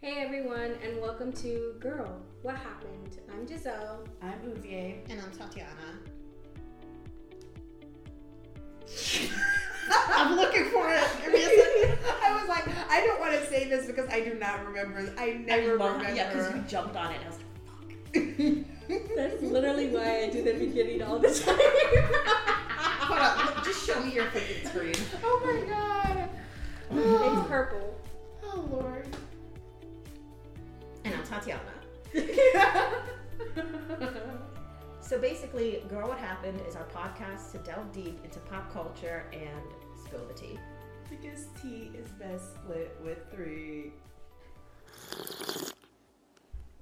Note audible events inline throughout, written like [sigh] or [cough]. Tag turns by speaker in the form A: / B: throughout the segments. A: Hey everyone, and welcome to Girl, What Happened? I'm Giselle.
B: I'm Uzier.
C: And I'm
B: [laughs]
C: Tatiana.
B: I'm
C: I'm looking for it. Give me a second.
B: I was like, I don't want to say this because I do not remember. I never remember.
C: yeah, because you jumped on it. I was like,
A: That's literally why I do the beginning all [laughs] the time.
C: hold on, look, just show me your freaking screen.
B: [laughs] oh my god.
A: [laughs] it's purple.
C: Oh lord. And I'm Tatiana. So basically, Girl What Happened is our podcast to delve deep into pop culture and spill the tea.
B: because tea is best split with three.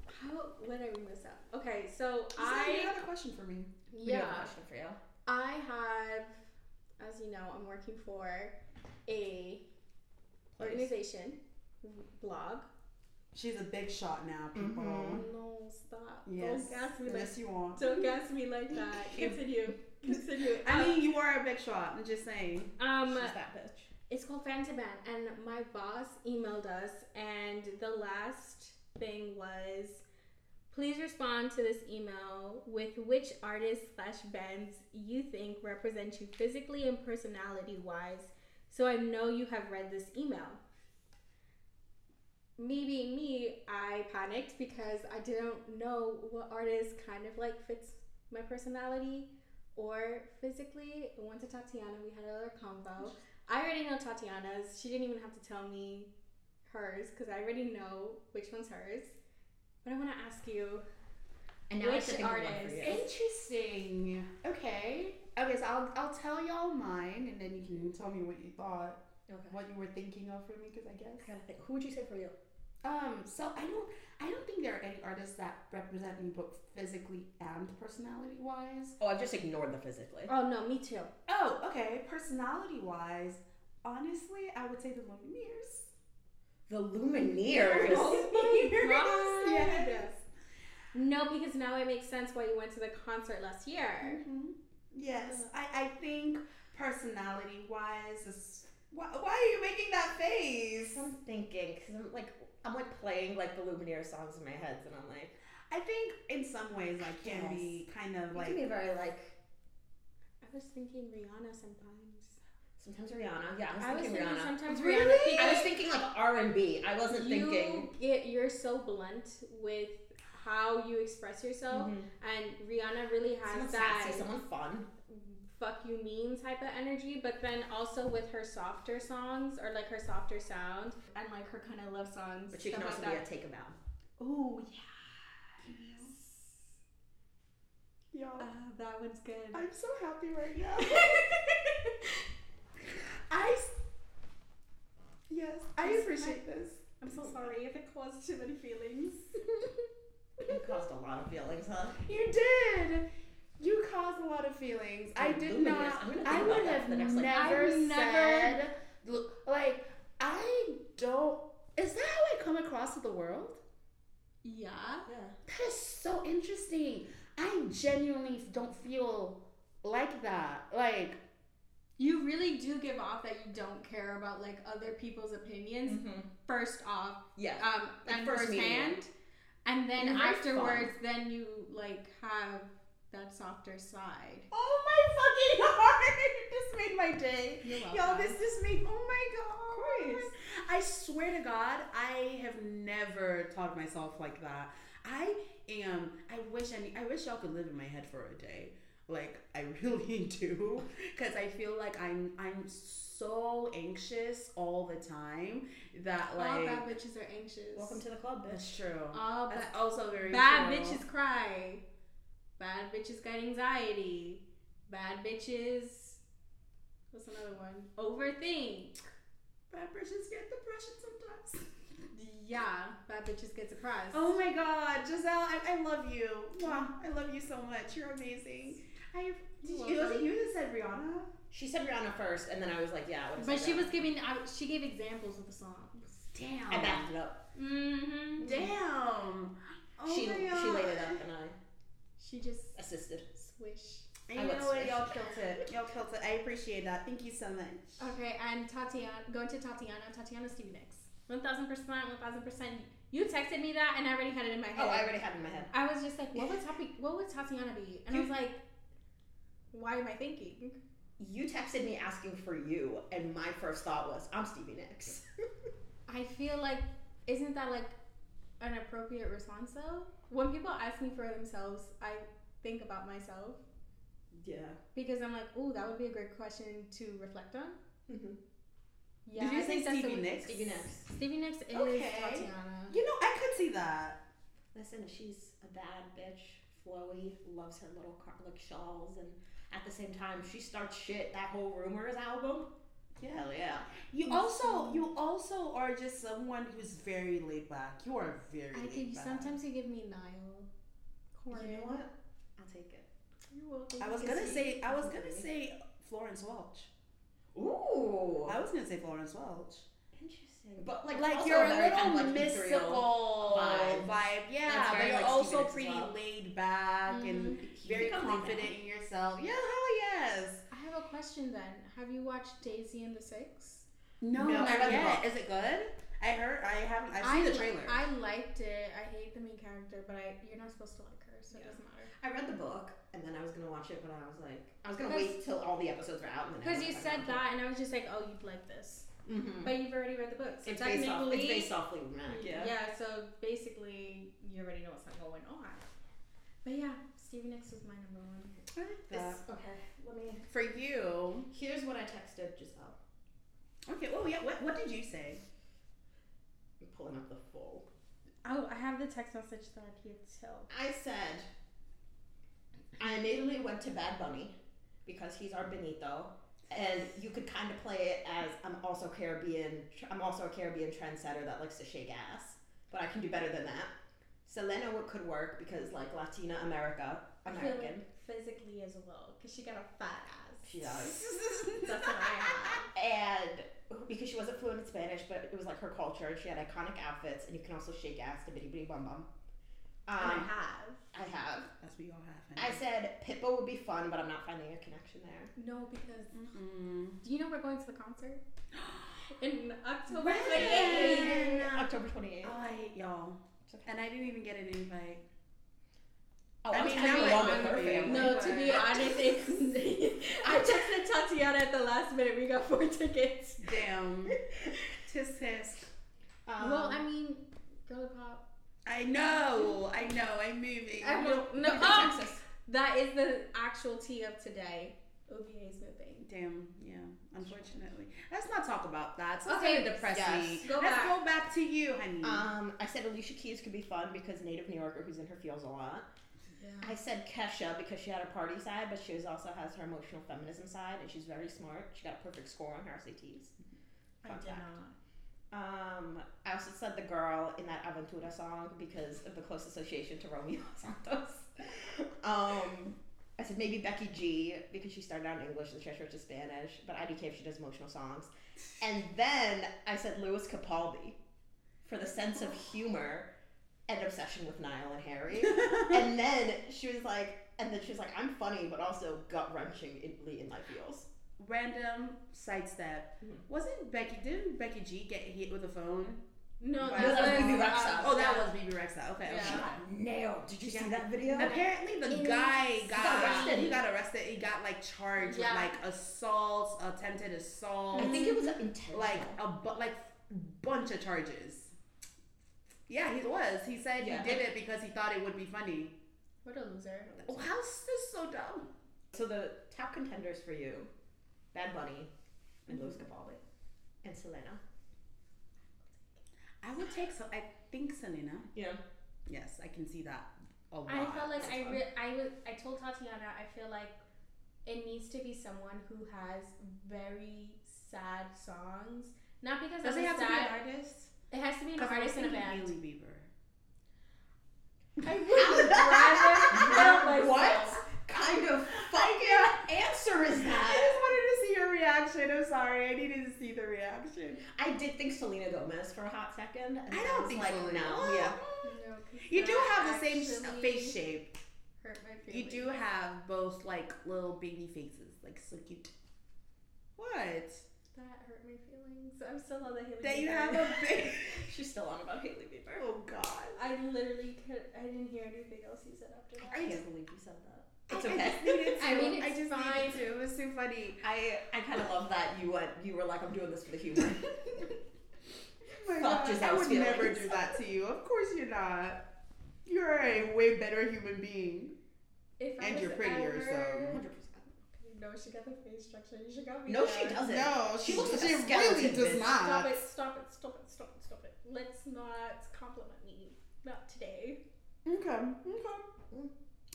A: How would I ring this up? Okay, so
B: I
A: I
B: have a question for me.
C: We do
A: yeah
C: have a question for you.
A: I have, as you know, I'm working for a
C: Place.
A: organization blog.
B: She's a big shot now, people.
C: Mhm.
A: No, stop! Don't
B: Yes.
A: gas me like
B: Yes, you are.
A: don't gas me like that. [laughs] Continue, continue.
B: I mean, you are a big shot. I'm just saying.
A: um,
C: She's that bitch.
A: It's called Fantaban, and my boss emailed us, and the last thing was, please respond to this email with which artists slash bands you think represent you physically and personality wise, so I know you have read this email. Me being me, I panicked because I didn't know what artist kind of like fits my personality or physically. I went to Tatiana, we had another combo. I already know Tatiana's. She didn't even have to tell me hers because I already know which one's hers. But I want to ask you,
C: And now I
A: Which
C: should think of one for
A: artist?
C: you.
A: Yes.
B: Interesting. Okay. Okay, so I'll, I'll tell y'all mine and then you can tell me what you thought,
C: Okay.
B: what you were thinking of for me, because I guess.
C: I gotta think. Who would you say for you?
B: Um, so I don't I don't think there are any artists that represent me both physically and personality wise.
C: Oh, I've just ignored the physically.
A: oh no, me too.
B: Oh, okay. Personality wise, honestly, I would say the Lumineers.
C: The
B: [laughs]
C: Lumineers.
A: Oh my God.
B: Yes.
A: No, because now it makes sense why you went to the concert last year.
B: Mhm. Yes. I, I think personality wise is why, why are you making that face?
C: I'm thinking because I'm like I'm like playing like the Lumineers songs in my head, and I'm like
B: I think in some ways like can
C: Yes.
B: be kind of
C: you can be
B: like
C: very like
A: I was thinking Rihanna sometimes.
C: sometimes Rihanna. Yeah,
A: I
C: I
A: was
C: was
A: thinking,
C: thinking Rihanna.
A: sometimes
B: Really?
A: Rihanna.
C: I was thinking like R and B. I wasn't
A: you
C: thinking.
A: get you're so blunt with how you express yourself,
C: Mhm.
A: and Rihanna really
C: Someone
A: has that.
C: sassy, someone fun.
A: fuck you mean type of energy, but then also with her softer songs or like her softer sound and like her kind of love songs.
C: But you can
A: stuff
C: also
A: like
C: be a
A: that.
C: take a bow.
B: Oh yes. Yeah.
A: Ah, that one's good.
B: I'm so happy right now. [laughs] I s- yes, I
A: Yes,
B: appreciate this.
A: [laughs] I'm so sorry if it caused too many feelings.
C: It caused a lot of feelings, huh?
B: You did. You caused a lot of feelings. I
C: The
B: did
C: Lumineers.
B: not.
C: I'm gonna think
B: I
C: about
B: would
C: that
B: have
C: for the next, like-
B: never
A: I've never-
B: said l- like I don't. Is that how I come across to the world?
A: yeah.
C: Yeah.
B: That is so interesting. I genuinely don't feel like that. Like
A: You really do give off that you don't care about like other people's opinions
C: Mm-hmm. Uh,
A: first off,
C: Yeah.
A: um,
C: Like,
A: and
C: first meeting.
A: firsthand, and then
C: You're very
A: afterwards, then you like have that softer side.
B: oh my fucking heart! This made my day.
A: You're
B: Y'all,
A: welcome.
B: this just made oh my god!
C: Of course.
B: I swear to God, I have never taught myself like that. I am. I wish I. I wish y'all could live in my head for a day. Like I [laughs] really do, because I feel like I'm. I'm so anxious all the time that
A: all
B: like.
A: bad bitches are anxious.
C: Welcome to the club, bitch.
B: that's true.
A: all bad.
B: That's also very
A: Bad
B: true.
A: bitches cry. Bad bitches got anxiety. Bad bitches. What's another one? Overthink.
B: Bad bitches get depression sometimes.
A: Yeah, bad bitches get surprised.
B: Oh my God, Giselle, I, I love you. Wow, I love you so much. You're amazing. I
A: You're
B: did you, was it
A: welcome.
B: you that said Rihanna?
C: She said Rihanna first, and then I was like, yeah. I would've
A: But
C: said
A: she
C: Rihanna.
A: was giving. I, she gave examples of the songs.
B: Damn.
C: I backed it up.
A: Mm-hmm.
B: Damn. Oh
C: she
B: my God.
C: she laid it up, and I
A: She just
C: assisted.
A: swish.
B: And
C: I
B: you
C: would
B: know what?
C: switch.
B: Y'all killed it. Y'all killed it. I appreciate that. Thank you so much.
A: Okay, and Tatiana. Going to Tatiana. Tatiana Stevie Nicks. One thousand percent. One thousand percent. You texted me that, and I already had it in my head.
C: Oh, I already had it in my head.
A: I was just like, what would Tati, what would Tatiana be? And I was like, why am I thinking?
C: You texted me asking for you, and my first thought was, I'm Stevie Nicks. [laughs]
A: I feel like isn't that like an appropriate response though? When people ask me for themselves, I think about myself
C: yeah.
A: because I'm like, oh, that would be a great question to reflect on.
C: Mm-hmm.
A: Yeah,
B: Did you
A: I
B: say
A: think that's
B: Stevie
A: the-
B: Nicks?
C: Stevie Nicks.
A: Stevie Nicks is
B: Okay.
A: Tatiana.
B: You know, I could see that.
C: Listen, she's a bad bitch. Flowy loves her little car- like shawls, and at the same time, she starts shit. That whole rumors album.
B: Yeah.
C: Hell yeah.
B: You
A: Mhm.
B: also you also are just someone who's very laid back. You are very
A: I
B: laid
A: think
B: back.
A: sometimes you give me Niall. Corny.
C: You know what? I'll take it.
A: You're welcome.
B: I was
C: Is
B: gonna
C: he-
B: say I was
C: is he
B: gonna
C: really?
B: say Florence Welch.
C: Ooh.
B: I was gonna say Florence Welch.
C: Interesting. But like,
B: Like
C: also
B: you're a
C: very
B: little
C: kind of, like, ethereal.
B: mystical
C: vibes.
B: vibe. Yeah,
C: That's
B: but
C: very
B: you're
C: like Stevie
B: also
C: Nicks as
B: pretty
C: well. Mm-hmm.
B: laid back and
C: You
B: very
C: become like
B: confident
C: that.
B: in yourself. Yeah, hell yes.
A: I have a question then. Have you watched Daisy and the Six?
B: No,
C: No, I
B: not
C: read the
B: yet.
C: book.
B: Is it good? I heard. I haven't. I've seen
A: I
B: the
A: li-
B: trailer.
A: I liked it. I hate the main character, but I you're not supposed to like her, so
C: Yeah.
A: it doesn't matter.
C: I read the book and then I was gonna watch it, but I was like, I was gonna
A: Because-
C: wait till all the episodes were out. and then I
A: Because you
C: went
A: said
C: back and watched
A: that, and I was just like, oh, you'd like this,
C: it. Mhm.
A: but you've already read the book, so
C: It's based off.
A: technically,
C: It's based off Fleetwood Mac.
A: yeah. So basically, you already know what's going on. But yeah, Stevie Nicks was my number one.
B: I like
C: This,
B: that.
C: okay. Let me.
B: For you,
C: Here's what I texted Giselle.
B: okay. Oh yeah. What, what did you say?
C: I'm pulling up the full.
A: Oh, I have the text message that I can tell.
C: I said, I immediately went to Bad Bunny because he's our Benito, and you could kind of play it as I'm also Caribbean. I'm also a Caribbean trendsetter that likes to shake ass, but I can do better than that. Selena would, could work because like Latina America, American.
A: Physically as well, because she got a fat ass.
C: She does.
A: [laughs] That's what I had.
C: And because she wasn't fluent in Spanish, but it was like her culture, and she had iconic outfits, and you can also shake ass to bitty bitty bum bum.
A: And I
C: Um,
A: have.
C: I have.
B: That's what y'all have.
C: I said Pitbull would be fun, but I'm not finding a connection there.
A: [laughs] No, because
C: Mm.
B: Mm-mm.
A: do you know we're going to the concert [gasps] in October
B: Right.
A: 28th?
B: Yeah.
C: October 28th.
B: Oh, I hate y'all,
C: It's okay.
B: and I didn't even get an invite.
C: Oh,
B: I
C: I
B: mean,
C: mean,
B: now
C: now
B: I
C: along
B: wanna
C: with her
B: be-
C: family.
A: No,
C: [laughs]
A: to be honest, it's [laughs] I texted Tatiana at the last minute. We got four tickets.
B: [laughs] Damn. tisk tisk.
C: Um,
A: well, I mean, girl pop.
B: I know. I know. I'm moving.
A: I will no.
C: no,
A: Oh, that is the actual tea of today. OVA is moving.
B: Damn. Yeah. Unfortunately, let's not talk about that. So okay.
A: Okay,
B: Gonna depress
C: yes.
B: me.
A: Go
B: let's
A: back.
B: go back Uh, to you, honey.
C: Um, I said Alicia Keys could be fun because native New Yorker who's in her feels a lot.
A: Yeah.
C: I said Kesha because she had her party side, but she was also has her emotional feminism side, and she's very smart. She got a perfect score on her SATs.
A: I
C: Fun
A: did
C: fact.
A: not.
C: Um, I also said the girl in that Aventura song because of the close association to Romeo [laughs] Santos. um, I said maybe Becky G because she started out in English and transferred to Spanish, but IDK if she does emotional songs. And then I said Louis Capaldi for the sense of humor and obsession with Niall and Harry.
B: [laughs]
C: and then she was like, and then she was like, I'm funny, but also gut wrenchingly in my feels.
B: Random sidestep.
C: Mhm.
B: Wasn't Becky? Didn't Becky G get hit with a phone?
A: No,
B: Wow.
A: that
B: No,
A: was, uh,
C: BB Rexa.
B: that was Oh, that was BB Rexa. Okay.
A: Yeah.
B: okay.
C: She got nailed. Did you see that video?
B: Apparently, the
A: In-
B: guy
A: He
B: got,
C: got arrested.
B: he got arrested. He got like charged
A: Yeah.
B: with like assault, attempted assault,
C: I think it was intentional.
B: like a bu- like bunch of charges. Yeah, he was. He said
C: Yeah.
B: he did it because he thought it would be funny.
A: What a loser.
B: Oh, how is this so dumb?
C: So the top contenders for you, Bad Bunny and Louis Capaldi and Selena.
B: I would take. So I think Selena.
C: Yeah.
B: Yes, I can see that. A lot.
A: I felt like
C: that's
A: I
C: fun.
A: re- I was I told Tatiana I feel like it needs to be someone who has very sad songs. Not because
B: does
A: I'm
B: it have to be
A: sad.
B: an artist?
A: it has to be an
B: 'Cause I was
A: artist and a
B: thinking
A: band.
B: Hailey [laughs] Bieber.
A: I
C: [laughs]
A: would rather
C: rather
B: [laughs]
C: kill myself. Kind of fucking answer [laughs] is that?
B: wanted to see your reaction. I'm sorry. I needed to see the reaction.
C: I did think Selena Gomez for a hot second. And
B: I
C: then
B: don't
C: was
B: think
C: like,
B: so.
C: No. Yeah.
B: You do have the same sh- face shape.
A: Hurt my
B: You
A: feelings.
B: do have both like little baby faces, like so cute. What?
A: That hurt my feelings. I'm still on the Haley.
B: That you
A: Bieber.
B: have a big.
C: [laughs] She's still on about Haley Bieber.
B: Oh God.
A: [laughs] I literally could. I didn't hear anything else he said after that.
C: I can't believe you said that.
B: I-
C: It's
B: I,
C: okay.
B: just
C: [laughs]
B: needed to.
A: I mean,
B: [laughs] I
A: it's
B: just
A: fine.
B: needed to. It was too funny.
C: I I kind of love that you went. You were like, I'm doing this for the [laughs] humor.
B: Oh my
C: Fuck
B: God,
C: Giselle's
B: I would never
C: feelings.
B: do that to you. Of course you're not. You're a way better human being.
A: If I
B: And
A: was
B: you're prettier, so-
A: ever-
C: 100%.
A: No, she got the face structure. You should go. be
C: No, she
A: there.
C: doesn't.
B: No,
C: She
B: she,
C: looks like a
B: she really
C: skeleton,
B: does
C: bitch.
B: not.
A: Stop it! Stop it! Stop it! Stop it! Stop it! Let's not compliment me. Not today.
B: Okay, okay.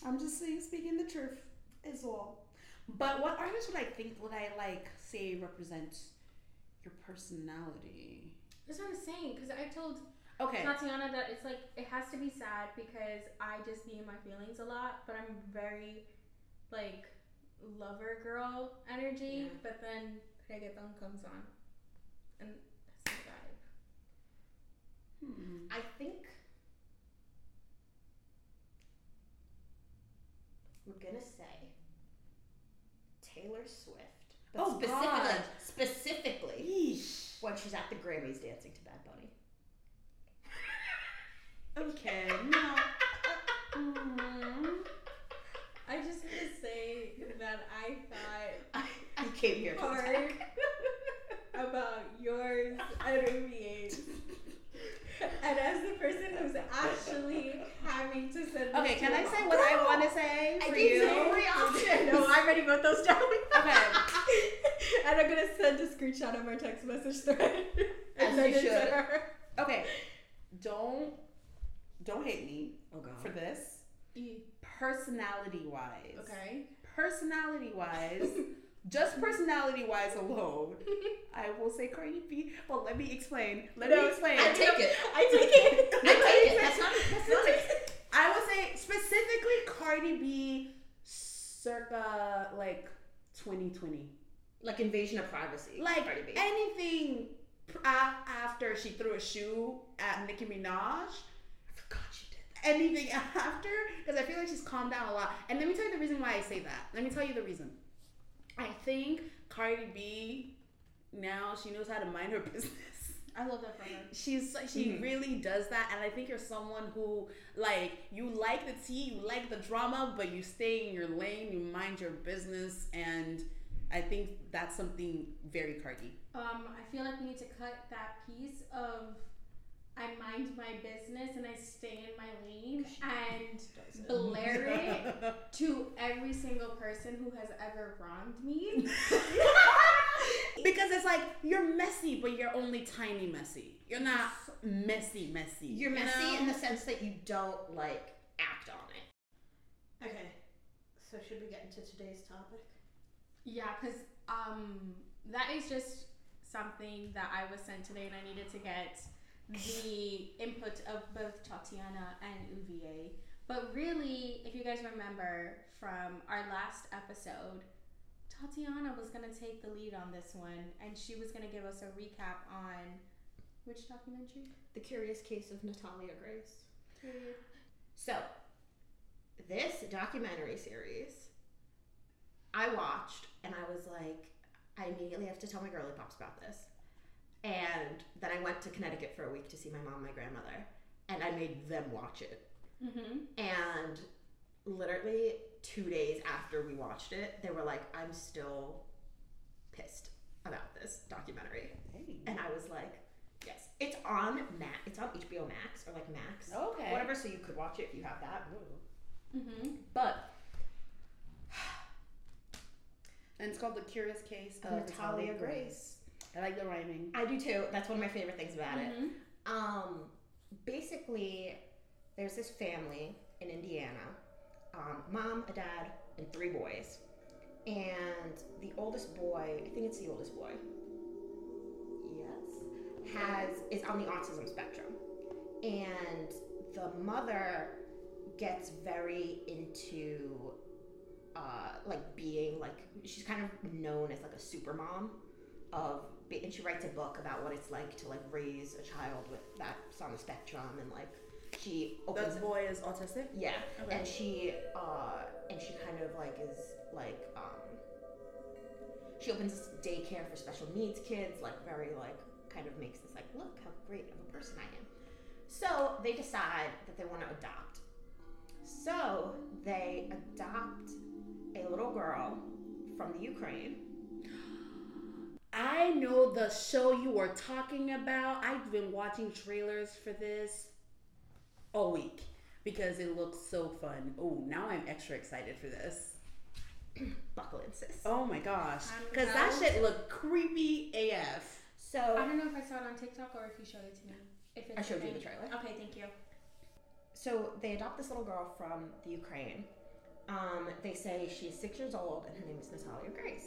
B: I'm just saying, speaking the truth is all. But what artist would I think would I like say represent your personality?
A: That's what I was saying. Because I told
B: Okay,
A: Tatiana that it's like it has to be sad because I just be in my feelings a lot, but I'm very like lover girl energy.
C: Yeah.
A: But then reggaeton comes on, and that's the vibe.
B: hmm.
C: I think. I'm gonna say Taylor Swift. But
B: Oh,
C: specifically,
B: God.
C: specifically
B: Yeesh.
C: when she's at the Grammys dancing to Bad Bunny.
B: Okay, no.
A: Mm-hmm.
B: Mhm.
A: I just want to say that I thought
C: [laughs] I, I came here to
A: Hard.
C: attack.
A: about yours and Umie's. [laughs] And as the person who's actually having to send
B: Okay,
A: this
B: can
A: to
B: I
A: a- [laughs]
B: say what I want to say
C: I
B: for
C: gave
B: you?
C: you every option.
A: No,
C: [laughs]
A: I already wrote those down. [laughs]
B: Okay.
A: and I'm gonna send a screenshot of our text message thread.
B: As
A: send
B: you
A: it to
B: should.
A: her.
B: Okay, don't don't hate me
C: Oh god. [laughs]
B: for this. Personality wise,
A: E, Okay.
B: Personality wise, just personality wise alone, I will say Cardi B. Well, let me explain. Let
A: No,
B: me explain.
C: [laughs] I take it.
A: I take it.
C: I take it. That's not. That's [laughs] not.
B: I would say specifically Cardi B, circa like 2020.
C: like invasion of privacy.
B: Like
C: Cardi B.
B: anything pr- a- after she threw a shoe at Nicki Minaj.
C: God, she did.
B: anything [laughs] after because I feel like she's calmed down a lot. And let me tell you the reason why I say that. Let me tell you the reason. I think Cardi B now she knows how to mind her [laughs] business.
A: I love that from her.
B: She's she
C: Mhm.
B: really does that, and I think you're someone who like you like the tea, you like the drama, but you stay in your lane, you mind your business, and I think that's something very Cardi.
A: Um, I feel like we need to cut that piece of I mind my business and I stay in my lane and
C: [laughs]
A: blare it to every single person who has ever wronged me.
B: [laughs] Because it's like you're messy, but you're only tiny messy. You're not messy, messy.
C: [laughs] You're
B: you
C: messy
B: know?
C: in the sense that you don't like act on it.
D: Okay. So should we get into today's topic?
A: Yeah, because um, that is just something that I was sent today, and I needed to get the input of both Tatiana and Uva. But really, if you guys remember from our last episode, Tatiana was going to take the lead on this one, and she was going to give us a recap on which documentary?
C: The Curious Case of Natalia Grace. So, this documentary series I watched and I was like, I immediately have to tell my girly pops about this. And then I went to Connecticut for a week to see my mom and my grandmother, and I made them watch it.
A: Mm-hmm.
C: And literally two days after we watched it, they were like, I'm still pissed about this documentary.
B: Hey.
C: And I was like, yes, it's on Max. It's on HBO Max or like Max,
B: Okay.
C: whatever. So you could watch it if you have that.
A: Mm-hmm.
C: But
B: [sighs] And it's called The Curious Case of
C: Uh, Natalia
B: Natalia
C: Grace.
B: Grace. I like the rhyming.
C: I do too. That's one of my favorite things about it.
A: Mm-hmm.
C: Um, basically, there's this family in Indiana, um, mom, a dad, and three boys. And the oldest boy, I think it's the oldest boy. Yes, has is on the autism spectrum, and the mother gets very into uh, like being like she's kind of known as like a super mom of and she writes a book about what it's like to like raise a child with that's on the spectrum and like she opens
B: The boy is autistic.
C: yeah
B: Okay.
C: and she uh and she kind of like is like um She opens this daycare for special needs kids, like very like kind of makes this like look how great of a person I am. So they decide that they want to adopt. So they adopt a little girl from the Ukraine.
B: I know the show you were talking about. I've been watching trailers for this all week because it looks so fun. Oh, now I'm extra excited for this.
C: Buckle in, sis.
B: Oh my gosh.
A: I'm
B: Because that
A: out.
B: shit looked creepy AF.
A: I
C: So
A: don't know if I saw it on TikTok or if you showed it to me. If it's
C: I showed you the
A: okay.
C: trailer.
A: Okay, thank you.
C: So they adopt this little girl from the Ukraine. Um, they say she's six years old and her name is Natalia Grace.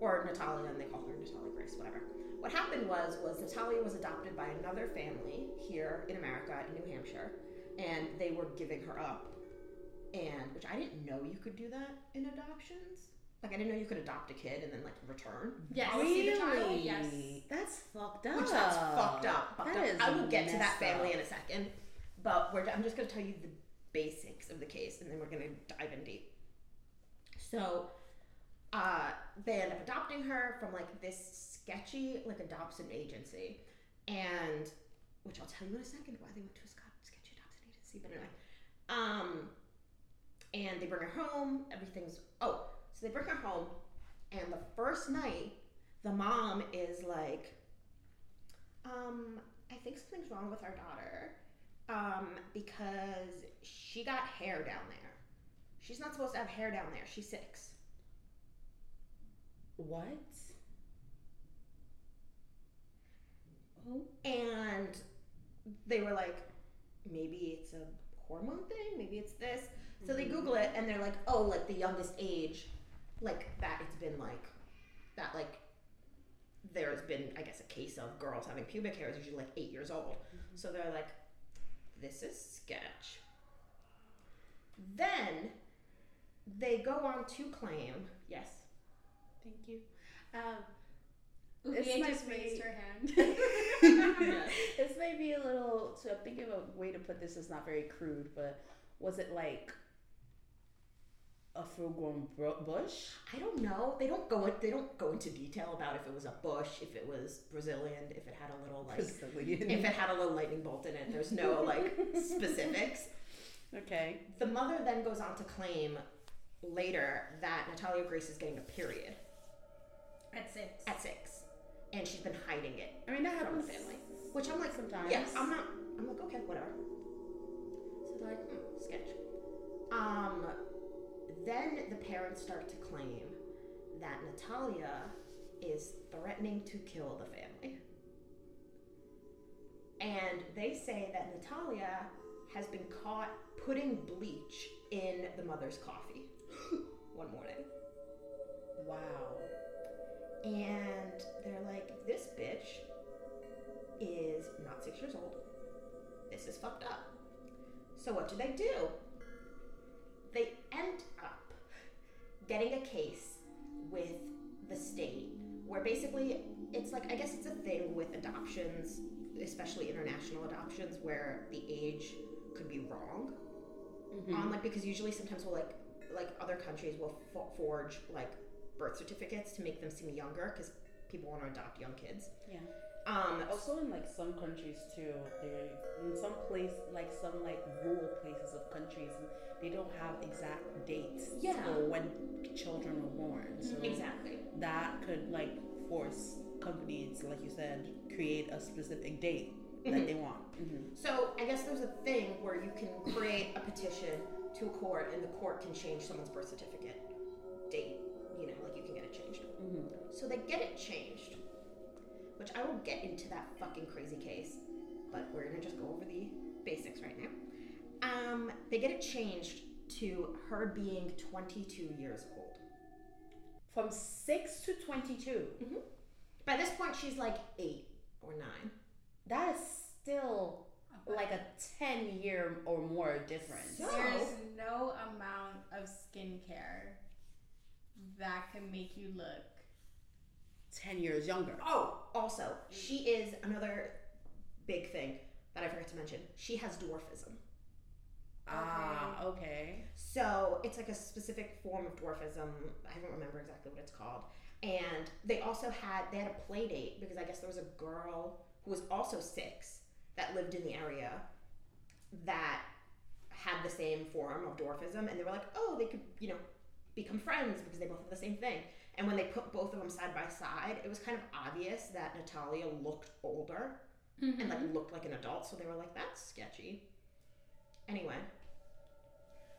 C: Or Natalia, and they call her Natalia Grace, whatever. What happened was was Natalia was adopted by another family here in America, in New Hampshire, and they were giving her up. And which I didn't know you could do that in adoptions. Like I didn't know you could adopt a kid and then like return.
A: Yes. See the child?
B: Really?
A: Yes.
B: That's fucked up.
C: Which that's fucked up. fucked
B: That
C: up.
B: is
C: I will get to that
B: messed
C: family
B: up.
C: in a second, but we're, I'm just going to tell you the basics of the case, and then we're going to dive in deep. So, uh, they end up adopting her from like this sketchy like adoption agency, and which I'll tell you in a second why they went to a sc- sketchy adoption agency. But anyway, um, and they bring her home. Everything's oh, so they bring her home, and the first night, the mom is like, um, I think something's wrong with our daughter. Um, because she got hair down there. She's not supposed to have hair down there. She's six.
B: What?
C: And they were like, maybe it's a hormone thing, maybe it's this. So they Google it and they're like, oh, like the youngest age, like that it's been like, that like, there's been, I guess, a case of girls having pubic hair is usually like eight years old. So they're like, this is sketch. Then they go on to claim, [laughs] yes.
B: Thank you. Um, This
A: Uvie
B: might
A: just raised
B: be-
A: her hand.
B: this may be a little to think of a way to put this is not very crude, but was it like a full-grown bro- bush?
C: I don't know. They don't go. They don't go into detail about if it was a bush, if it was Brazilian, if it had a little like, if
B: Brazilian.
C: it had a little lightning bolt in it. There's no like specifics.
B: okay.
C: The mother then goes on to claim later that Natalia Grace is getting a period
D: At six.
C: at six, and she's been hiding it
B: I mean that
C: from the
B: happens.
C: family. Which I'm like,
B: Sometimes.
C: Yes, I'm not. I'm like, okay, whatever. So they're like, hmm, sketch. Um, then the parents start to claim that Natalia is threatening to kill the family. And they say that Natalia has been caught putting bleach in the mother's coffee one morning.
B: Wow.
C: And they're like, this bitch is not six years old. This is fucked up. So what do they do? They end up getting a case with the state where basically it's like, I guess it's a thing with adoptions, especially international adoptions, where the age could be wrong
B: Mm-hmm.
C: on like because usually sometimes we'll like like other countries will fo- forge like birth certificates to make them seem younger because people want to adopt young kids
B: Yeah. Oh,
C: um
B: Also, in like some countries too, they in some place like some like rural places of countries, they don't have exact dates
C: Yeah.
B: for when children were born. So
C: exactly
B: that could like force companies, like you said, create a specific date that they want. Mm-hmm.
C: so i guess there's a thing where you can create a petition to a court and the court can change someone's birth certificate date you know like you can get it changed
B: Mm-hmm.
C: So they get it changed, which I will get into that fucking crazy case, but we're gonna just go over the basics right now. Um, they get it changed to her being 22 years old.
B: From six to twenty-two,
C: By this point, she's like eight or nine.
B: that is still like a ten-year or more difference.
C: So-
A: There's no amount of skincare that can make you look.
B: Ten years younger.
C: Oh, also, she is another big thing that I forgot to mention. She has dwarfism.
B: Ah, okay.
C: So it's like a specific form of dwarfism. I don't remember exactly what it's called. And they also had they had a play date because I guess there was a girl who was also six that lived in the area that had the same form of dwarfism, and they were like, oh, they could you know become friends because they both have the same thing. And when they put both of them side by side, it was kind of obvious that Natalia looked older and like looked like an adult, so they were like, that's sketchy. Anyway,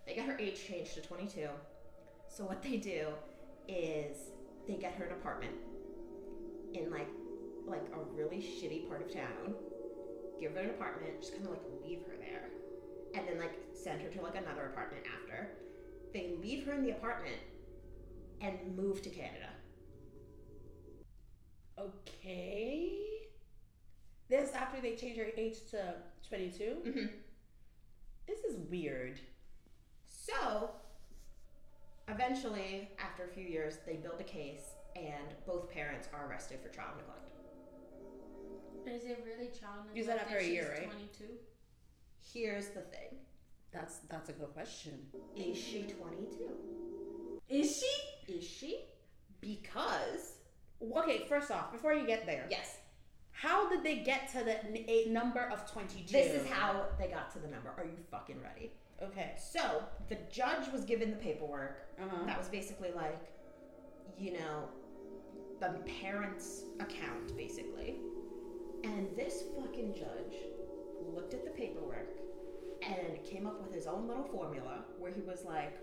C: they got her age changed to 22. So what they do is they get her an apartment in like like a really shitty part of town. Give her an apartment, just kind of like leave her there, and then like send her to like another apartment after. They leave her in the apartment and move to Canada.
B: Okay.
D: This after they change her age to 22.
C: Mm-hmm.
B: This is weird.
C: So, eventually, after a few years, they build a case, and both parents are arrested for child neglect.
A: Is it really child neglect?
B: You said after
A: that
B: a
A: she's
B: year, right?
A: 22.
C: Here's the thing:
B: That's that's a good question.
C: Is she 22?
A: Is she?
C: Is she? Because
B: Okay, first off, before you get there,
C: yes,
B: how did they get to the n- a number of twenty two?
C: this is how they got to the number. Are you fucking ready?
B: Okay.
C: So the judge was given the paperwork
B: Uh huh.
C: that was basically like, you know, the parents' account, basically. And this fucking judge looked at the paperwork and came up with his own little formula where he was like,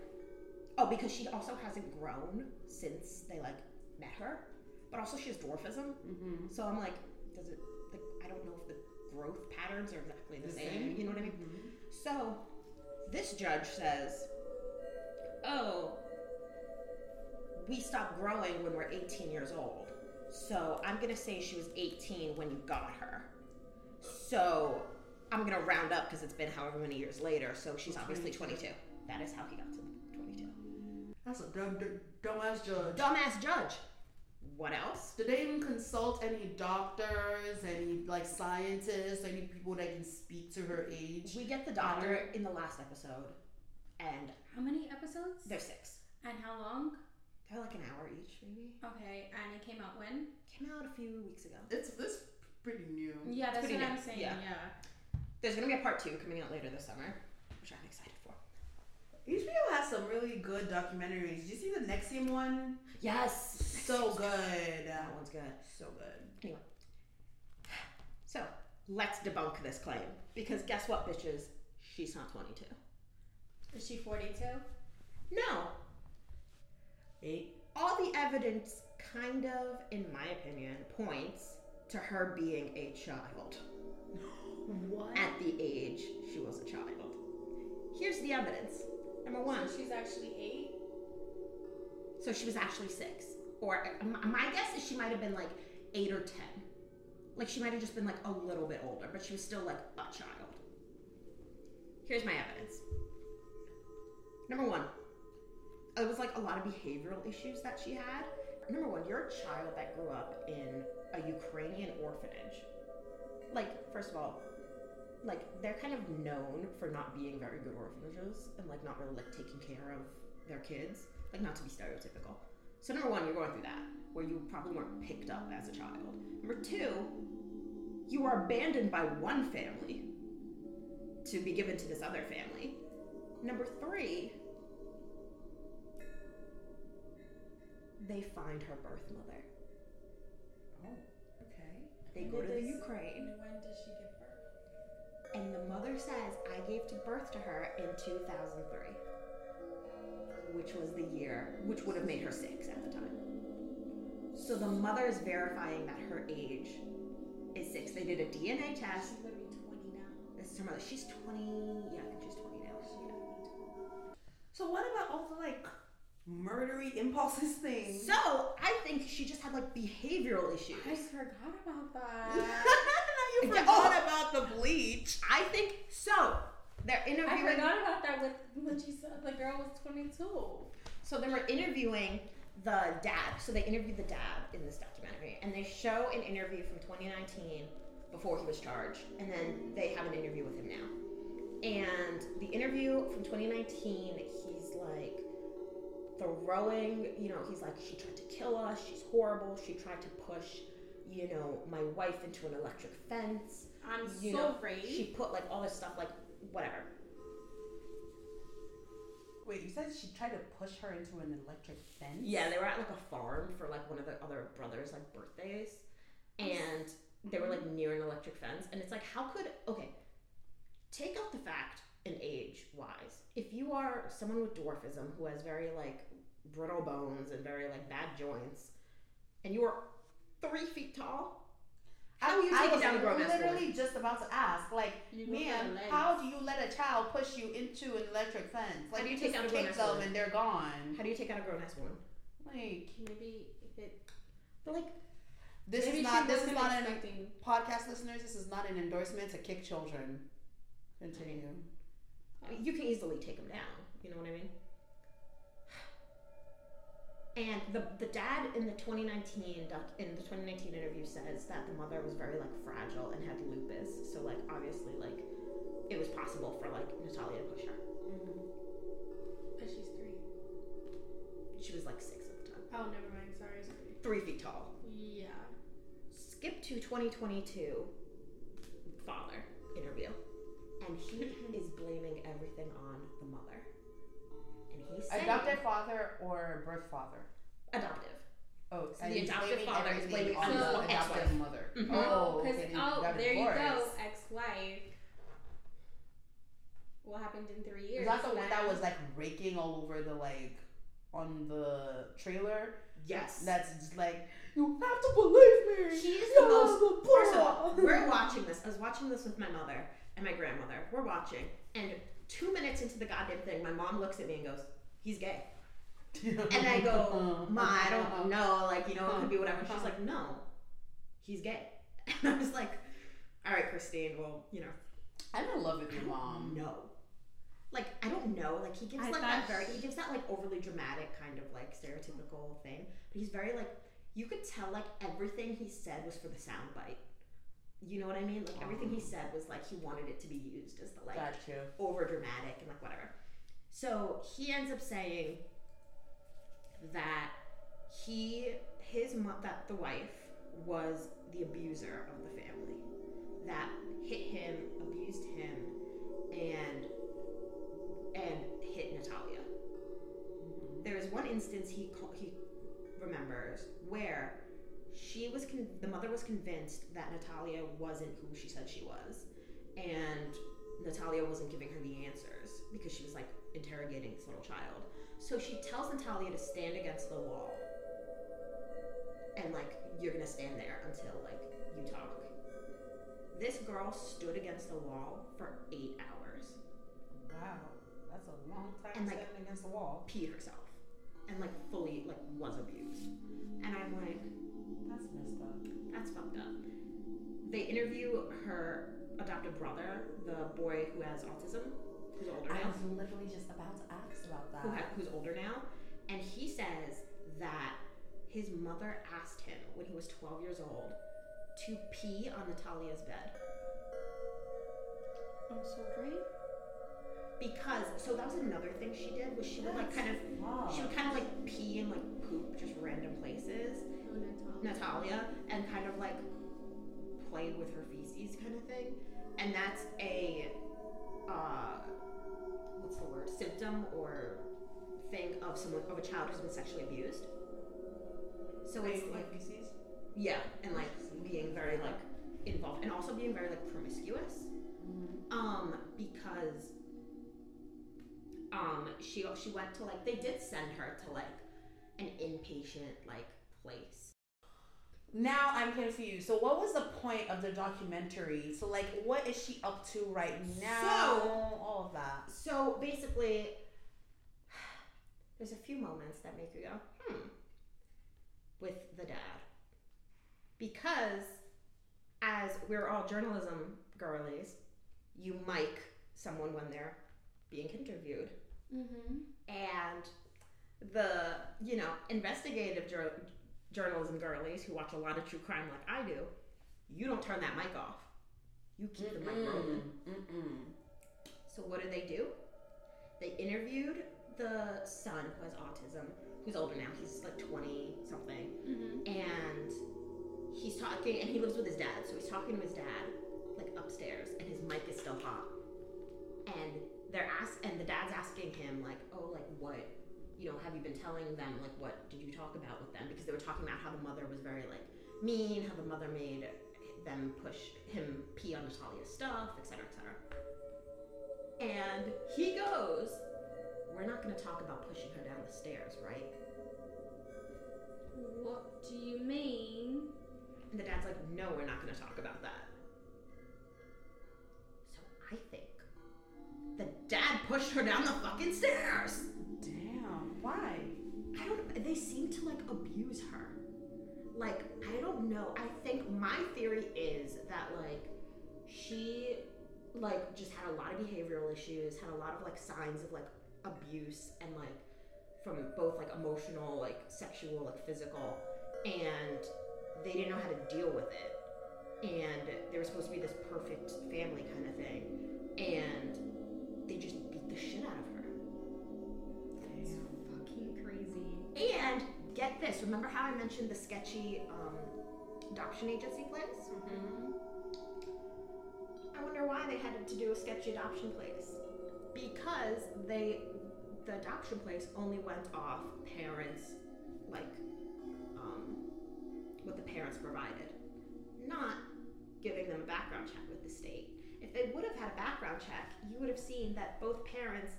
C: oh, because she also hasn't grown since they like met her, but also she has dwarfism.
B: Mm-hmm.
C: So I'm like, does it, like, I don't know if the growth patterns are exactly the, same. You know what I mean?
B: mm-hmm.
C: So, this judge says, Oh, we stop growing when we're 18 years old. So, I'm going to say she was 18 when you got her. So, I'm going to round up because it's been however many years later. So, she's obviously 22. That is how he got to 22.
B: That's a dumb, dumbass judge.
C: Dumbass judge. What else?
B: Did they even consult any doctors, any like scientists, any people that can speak to her age?
C: We get the doctor in the last episode, and
A: How many episodes?
C: they're six.
A: And how long?
C: They're like an hour each, maybe.
A: Okay, and it came out when?
C: Came out a few weeks ago.
B: It's this Mm, pretty new.
A: Yeah, that's
C: pretty
A: what
C: new.
A: I'm saying.
C: Yeah. There's gonna be a part two coming out later this summer, which I'm excited for.
B: HBO has some really good documentaries. Did you see the Nexium one?
C: Yes,
B: So good.
C: that one's good.
B: So good.
C: So let's debunk this claim because guess what, bitches? She's not 22.
A: Is she 42?
C: No,
B: Eight.
C: all the evidence kind of, in my opinion, points to her being a child
B: What?
C: at the age she was a child. Here's the evidence. Number one,
A: So she's actually 8?
C: So she was actually six. Or m- my guess is she might have been like eight or ten. Like she might have just been like a little bit older, but she was still like a child. Here's my evidence. Number one, it was like a lot of behavioral issues that she had. Number one, you're a child that grew up in a Ukrainian orphanage. Like, first of all, like they're kind of known for not being very good orphanages and like not really like taking care of their kids like not to be stereotypical. So number one, you're going through that where you probably weren't picked up as a child. Number two, you are abandoned by one family to be given to this other family. Number three, they find her birth mother.
B: Oh, okay.
C: They go to the Ukraine,
D: When does she give birth?
C: and the mother says, "I gave to birth to her in 2003." which was the year, which would have made her six at the time. So the mother is verifying that her age is six. They did a DNA test.
D: She's going to be 20 now.
C: This is her mother. She's 20. Yeah, I think she's 20 now. Yeah.
B: So what about all the like murdery impulses thing?
C: So I think she just had like behavioral issues.
A: I forgot about
C: [laughs]
B: now
A: that.
D: [laughs]
B: you
C: Yeah,
B: forgot
D: Oh.
B: about the bleach.
C: I think so. They're
A: I
C: interviewing.
A: forgot about that with, when she said the girl was 22.
C: So they were interviewing the dad. So they interviewed the dad in this documentary, and they show an interview from 2019 before he was charged, and then they have an interview with him now. And the interview from 2019, he's like, throwing, you know, he's like, she tried to kill us, she's horrible, she tried to push, you know, my wife into an electric fence.
D: I'm
C: You
D: so
C: know,
D: afraid.
C: She put like all this stuff, like whatever.
B: Wait, you said she tried to push her into an electric fence?
C: Yeah, they were at like a farm for like one of the other brothers' like birthdays, and they were like near an electric fence. And it's like, how could okay, take out the fact and age wise, if you are someone with dwarfism who has very like brittle bones and very like bad joints, and you are three feet tall, how
B: I-
C: do you
B: I
C: take it
B: was
C: down a grown ass woman?
B: literally just about to ask, like,
A: You go for
B: ma'am,
A: the
B: how
A: legs.
B: do you let a child push you into an electric fence? Like,
C: do you
B: you
C: take out
B: just
C: a
B: kick
C: grown-ass
B: them
C: woman?
B: and they're gone.
C: How do you take out a grown ass woman?
B: Like,
A: Maybe if it.
C: But like,
B: this
A: maybe
B: is
A: she
B: not. This is
A: wasn't
B: not an
A: expecting.
B: podcast listeners. This is not an endorsement to kick children. Continue.
C: you can easily take him down. You know what I mean? And the, the dad in the 2019 doc, in the 2019 interview says that the mother was very like fragile and had lupus, so like obviously like it was possible for like Natalia to push her. Mm-hmm.
A: But she's three.
C: She was like six at the time,
A: Oh, never mind. Sorry, sorry.
C: three feet tall.
A: Yeah.
C: Skip to 2022 father interview, and he is blaming everything on the mother, and he's saying
B: Adopted father or birth father?
C: adoptive.
B: Oh,
C: So the adoptive father is blaming
B: on
A: on
B: the
A: the
B: adoptive
C: ex-wife.
B: mother.
C: Mhm.
A: Oh, because
B: okay, they
A: oh,
B: got
A: there you go,
B: divorced.
A: ex-wife. What happened in three years?
B: Is that the one that
A: Wow.
B: was like raking all over the like on the trailer?
C: Yes.
B: That's just like you have to believe me.
C: She is the
B: You're
C: most.
B: the
C: First of all,
B: boy."
C: we're
B: [laughs]
C: watching this. I was watching this with my mother and my grandmother. We're watching, and two minutes into the goddamn thing, my mom looks at me and goes, "He's gay," and I
B: [laughs]
C: go, "Ma, I don't know. Like, you know, it could be whatever." She's like, "No, he's gay," [laughs] and I was like, "All right, Christine. Well, you know,
B: I'm in love with your
C: um,
B: mom.
C: no." Like I don't know. Like he gives
A: I
C: like that
A: thought
C: very
A: she-
C: he gives that like overly dramatic kind of like stereotypical thing. But he's very like you could tell like everything he said was for the soundbite. You know what I mean? Like everything he
B: Um.
C: said was like he wanted it to be used as the like
B: Got you.
C: over dramatic and like whatever. So he ends up saying that he his mo- that the wife was the abuser of the family that hit him, abused him, and and hit Natalia. There is one instance he call, he remembers where she was con- the mother was convinced that Natalia wasn't who she said she was, and Natalia wasn't giving her the answers because she was like interrogating this little child. So she tells Natalia to stand against the wall. And like, you're gonna stand there until like you talk. This girl stood against the wall for eight hours,
B: Wow, that's a long time
C: And, like-
B: standing against the wall.
C: peed herself, and like fully like was abused. And I'm like,
B: That's messed up.
C: That's fucked up. They interview her adopted brother, the boy who has autism, who's older now,
B: literally just about to ask about
C: who ha- who's older now, and he says that his mother asked him when he was 12 years old to pee on Natalia's bed
A: I'm so great.
C: because so that was another thing she did was she would like kind of
B: Wow.
C: she would kind of like pee and like poop just random places
A: Oh, Natal.
C: Natalia and kind of like played with her feces kind of thing. And that's a uh what's the word? Symptom or thing of someone of a child who's been sexually abused. So it's like
B: feces?
C: yeah, and like being very like involved and also being very like promiscuous. Um, because um she she went to like they did send her to like an inpatient like place.
B: Now I'm confused. So what was the point of the documentary? So like, what is she up to right now?
C: So-
B: all of that.
C: So basically, there's a few moments that make you go, hmm, with the dad. Because as we're all journalism girlies, you mic someone when they're being interviewed.
A: Mm-hmm.
C: And the, you know, investigative jour journalism girlies who watch a lot of true crime like I do, you don't turn that mic off. You keep the mic rolling.
B: Mm-mm.
C: So what did they do? They interviewed the son who has autism, who's older now, he's like 20 something,
A: Mm-hmm.
C: and he's talking, and he lives with his dad, so he's talking to his dad, like upstairs, and his mic is still hot. And they're ask, and the dad's asking him, like, oh, like, what, you know, have you been telling them, like, what did you talk about with them? Because they were talking about how the mother was very, like, mean, how the mother made them push him pee on Natalia's stuff, etc., etc. And he goes, We're not going to talk about pushing her down the stairs, right?
A: What do you mean?
C: And the dad's like, No, we're not going to talk about that. So I think the dad pushed her down the fucking stairs.
B: Damn. Why?
C: I don't. They seem to like abuse her. Like I don't know. I think my theory is that like she like just had a lot of behavioral issues, had a lot of like signs of like abuse and like from both like emotional, like sexual, like physical, and they didn't know how to deal with it. And they were supposed to be this perfect family kind of thing, and they just beat the shit out of her.
A: It's fucking crazy.
C: And get this, remember how I mentioned the sketchy um, adoption agency place?
B: Mm-hmm.
C: I wonder why they had to do a sketchy adoption place. Because they, the adoption place only went off parents, like, um, what the parents provided, not giving them a background check with the state. If they would have had a background check, you would have seen that both parents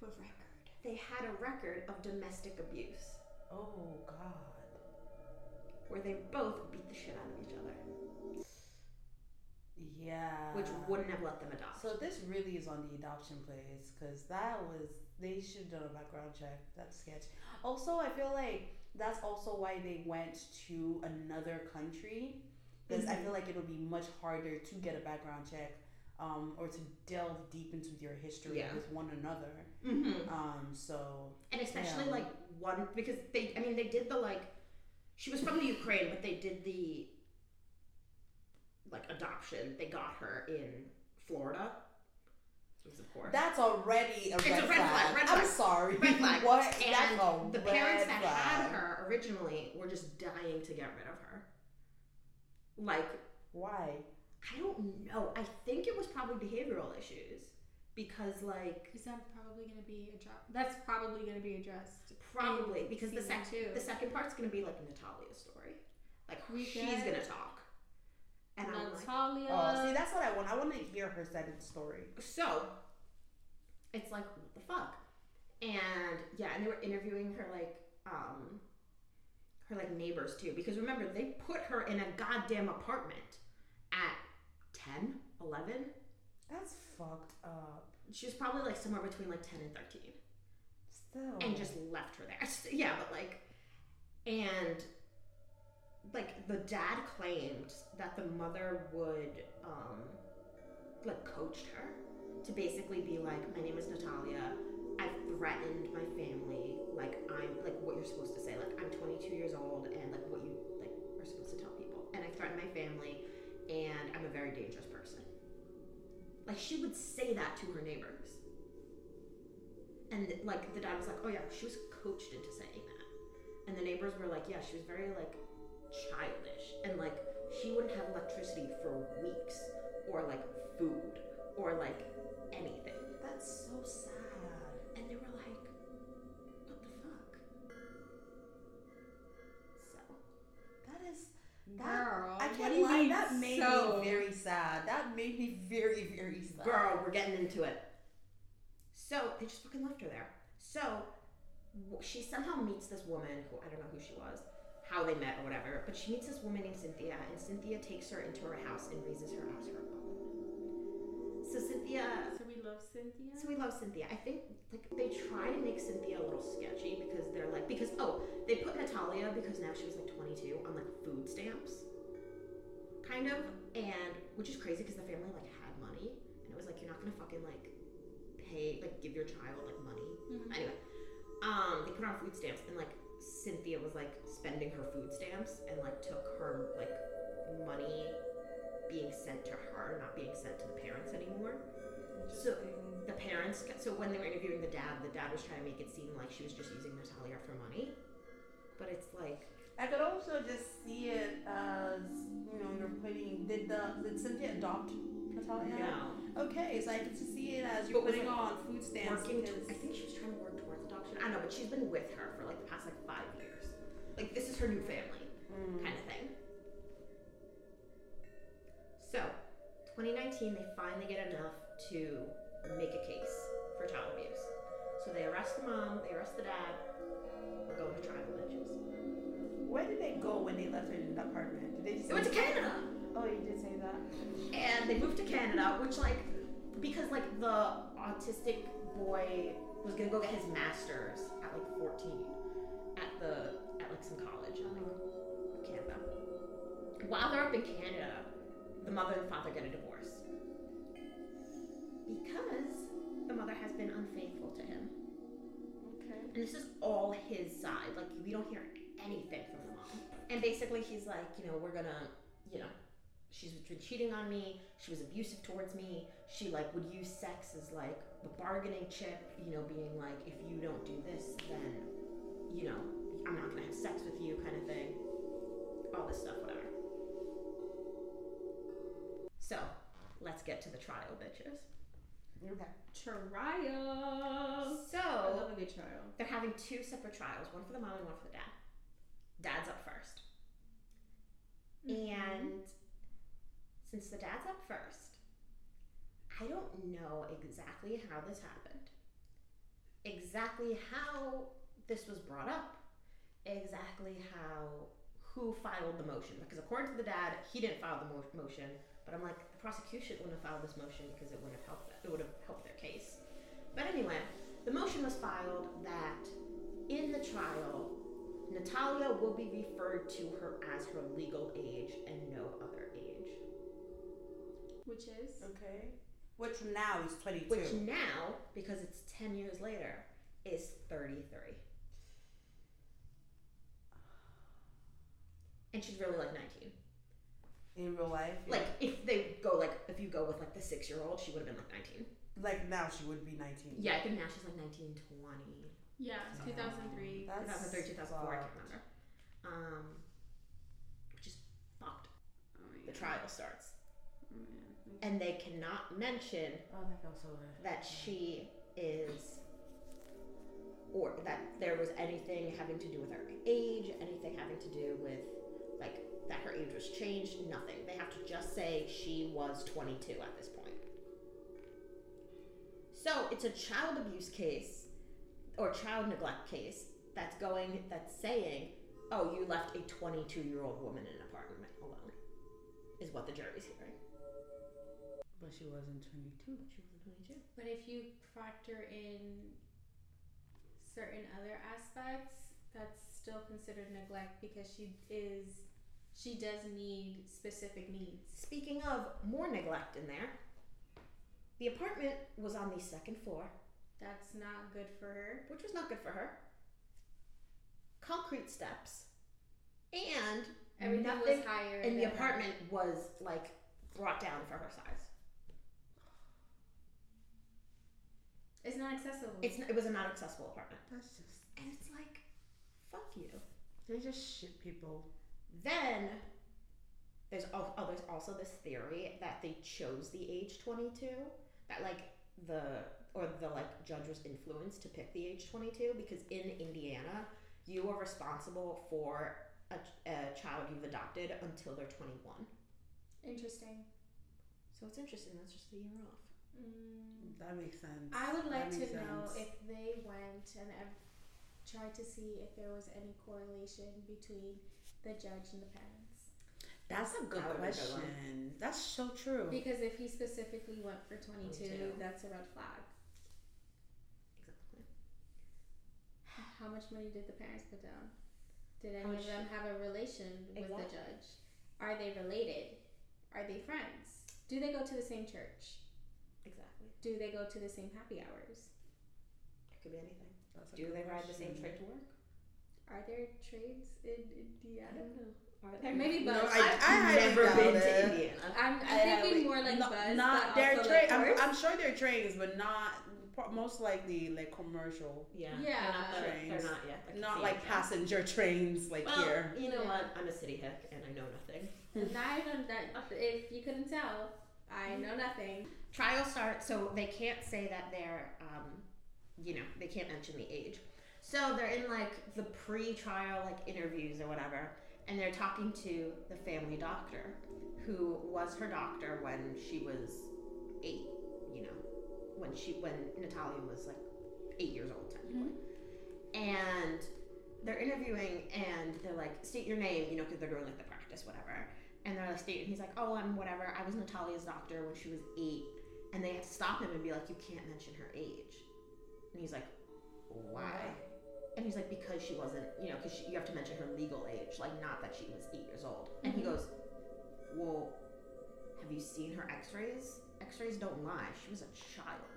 D: Have a record.
C: they had a record of domestic abuse.
B: Oh God.
C: where they both beat the shit out of each other,
B: Yeah.
C: which wouldn't have let them adopt.
B: So this really is on the adoption place because that was they should have done a background check. That's sketch. Also, I feel like that's also why they went to another country because
C: Mm-hmm.
B: I feel like it'll be much harder to get a background check um, or to delve deep into your history
C: Yeah.
B: with one another.
C: Mhm.
B: Um, so
C: And especially
B: Yeah.
C: like one because they, I mean, they did the like, she was from the Ukraine, but they did the like adoption. They got her in Florida, because of course.
B: that's already a red,
C: It's a red flag, red
B: I'm
C: flag,
B: sorry. [laughs]
C: red flag.
B: What?
C: and
B: that's a
C: the parents
B: red
C: that
B: flag.
C: had her originally were just dying to get rid of her. Like
B: Why?
C: I don't know. I think it was probably behavioral issues because like
A: Is that probably going to be addressed? That's probably going to be addressed.
C: Probably because the
A: season
C: sec-
A: two.
C: the second part's gonna be like Natalia's story. Like
A: We
C: she's
A: get-
C: gonna talk. And I'm like
A: Natalia.
B: oh, see,
C: Uh.
B: that's what I want. I want to hear her side of the story.
C: so it's like what the fuck? And yeah, and they were interviewing her like um her like neighbors too because remember they put her in a goddamn apartment at 10, 11.
B: That's fucked up.
C: She was probably like somewhere between like 10 and 13.
B: Still.
C: and just left her there. yeah, but like, and like the dad claimed that the mother would um like coached her to basically be like, my name is Natalia. I've threatened my family. Like I'm like what you're supposed to say. Like I'm 22 years old and like what you like are supposed to tell people. And I threatened my family, and I'm a very dangerous person. Like she would say that to her neighbors. And like the dad was like, oh yeah, she was coached into saying that. And the neighbors were like, yeah, she was very like childish. And like she wouldn't have electricity for weeks or like food or like anything.
B: That's so sad.
C: And they were like, what the fuck? So,
B: That is. That,
A: Girl,
B: I
A: what do
B: can't
A: you
B: lie.
A: mean
B: That made
A: so?
B: me very sad. That made me very, very sad.
C: girl, we're getting into it. So they just fucking left her there. So w- she somehow meets this woman who I don't know who she was, how they met or whatever, but she meets this woman named Cynthia, and Cynthia takes her into her house and raises her as her own. So Cynthia
A: So we love Cynthia.
C: So we love Cynthia. I think like they try to make Cynthia a little sketchy because they're like because oh they put Natalia because now she was like 22 on like food stamps, kind of, and which is crazy because the family like had money and it was like you're not gonna fucking like pay like give your child like money
A: Mhm.
C: anyway. Um, they put her on food stamps and like Cynthia was like spending her food stamps and like took her like money being sent to her, not being sent to the parents anymore.
D: Interesting.
C: the parents parents. So when they were interviewing the dad, the dad was trying to make it seem like she was just using Natalia for money, but it's like
B: I could also just see it as you know you're putting did the did Cynthia adopt Natalia?
C: no.
B: Okay, so I could just see it as you're
C: But was
B: putting
C: it
B: on food stamps
C: Working,
B: because
C: I think she was trying to work towards adoption. I know, but she's been with her for like the past like five years. Like this is her new family
B: mm,
C: kind of thing. So, 2019, they finally get enough to make a case for child abuse. So they arrest the mom, they arrest the dad. We're going to trial judges.
B: where did they go when they left her in the apartment? Did they just
C: They went to Canada.
B: Oh, you did say that.
C: and they moved to Canada, which like because like the autistic boy was gonna go get his master's at like 14 at the at like some college in like Canada. While they're up in Canada, the mother and father get a divorce because the mother has been unfaithful to him.
A: Okay.
C: And this is all his side. Like we don't hear anything from the mom. And basically he's like, you know, we're gonna, you know, she's been cheating on me. She was abusive towards me. She like would use sex as like the bargaining chip. You know, being like, if you don't do this, then, you know, I'm not gonna have sex with you, kind of thing. All this stuff, whatever. So, let's get to the trial, bitches.
E: Okay.
A: Trial.
C: So,
A: I love a good trial.
C: they're having two separate trials one for the mom and one for the dad dad's up 1st and since the dad's up first i don't know exactly how this happened exactly how this was brought up exactly how who filed the motion because according to the dad he didn't file the mo- motion but i'm like the prosecution wouldn't have filed this motion because it wouldn't have helped it would have helped their case but anyway the motion was filed that in the trial, Natalia will be referred to her as her legal age and no other age.
A: Which is
B: Okay.
E: Which now is 22.
C: Which now, because it's 10 years later, is 33. And she's really like 19.
E: in real life. yeah.
C: Like, if they go, like, if you go with like the six year old, she would have been like 19.
E: Like now she would be
B: Mm-hmm.
E: 19.
C: Yeah, I think now she's like 19, 20.
A: yeah, 2003.
E: That's
C: 2003, 2004, I can't
E: fucked.
C: remember. Um, which is fucked.
E: Oh, yeah.
C: The trial starts.
E: Oh, yeah.
C: and they cannot mention
E: Oh, that feels so good.
C: that she is or that there was anything having to do with her age, anything having to do with like that her age was changed, nothing. They have to just say she was 22 at this point. So, it's a child abuse case or child neglect case that's going that's saying, "Oh, you left a 22-year-old woman in an apartment alone." Is what the jury's hearing.
E: But she wasn't 22.
C: She wasn't 22.
A: But if you factor in certain other aspects, that's still considered neglect because she is she does need specific needs.
C: Speaking of more neglect in there, the apartment was on the second floor,
A: That's not good for her.
C: which was not good for her. Concrete steps, and
A: Everything
C: nothing
A: was higher
C: in the
A: than-
C: apartment was like brought down for her size.
A: It's not accessible.
C: It's it was a not accessible apartment,
E: That's just.
C: and it's like, fuck you.
E: They just shit people.
C: Then there's al- oh, there's also this theory that they chose the age 22 that like the or the like judge was influenced to pick the age 22 because in Indiana you are responsible for a, a child you've adopted until they're 21.
A: Interesting.
C: So it's interesting that's just a year off.
A: Mm.
E: That makes sense.
A: I would like
E: That
A: to
E: makes
A: know
E: sense.
A: if they went and ev- tried to see if there was any correlation between the judge and the parents.
E: That's a good
C: That would be a good one.
E: question. That's so true.
A: Because if he specifically went for 22,
C: 22.
A: that's a red flag.
C: Exactly.
A: How much money did the parents put down? Did any of
C: much-
A: them have a relation with the
C: Exactly.
A: judge? Are they related? Are they friends? Do they go to the same church?
C: Exactly.
A: Do they go to the same happy hours?
C: It could be anything.
E: That's a
C: Do
E: good
C: they ride the same
E: question.
C: train to work?
A: Are there trades in Indiana?
C: know.
F: Are there?
A: Maybe Buzz.
B: No, I-
A: I,
B: highly
F: never
B: doubt
F: been
B: it.
F: to Indiana.
A: I'm,
B: I
A: I'm
B: highly-
A: thinking more like
B: not,
A: Buzz.
B: not
A: but
B: their
A: also
B: train.
A: like
B: I'm,
A: horse.
B: I'm sure they're trains, but not pro- most likely like commercial,
C: Yeah.
A: Yeah.
C: They're not,
B: Trains.
C: they're not yet. the
B: not
C: casino
B: like
C: town.
B: passenger trains like
C: Well,
B: here.
C: you know
A: Yeah.
C: what? I'm a city hick and I know nothing.
A: Now I don't- that- if you couldn't tell, I know nothing.
C: Trial starts, so they can't say that they're, um, you know, they can't mention the age. So they're in like the pre-trial like interviews or whatever, and they're talking to the family doctor, who was her doctor when she was eight. You know, when she when Natalia was like eight years old technically, and they're interviewing and they're like, state your name, you know, because they're doing like the practice, whatever. And they're like, state, and he's like, oh, I'm whatever. I was Natalia's doctor when she was eight. And they have to stop him and be like, you can't mention her age. And he's like, why? And he's like, because she wasn't, you know, because you have to mention her legal age, like not that she was eight years old. And he
A: Mhm.
C: goes, well, have you seen her X-rays? X-rays don't lie. She was a child.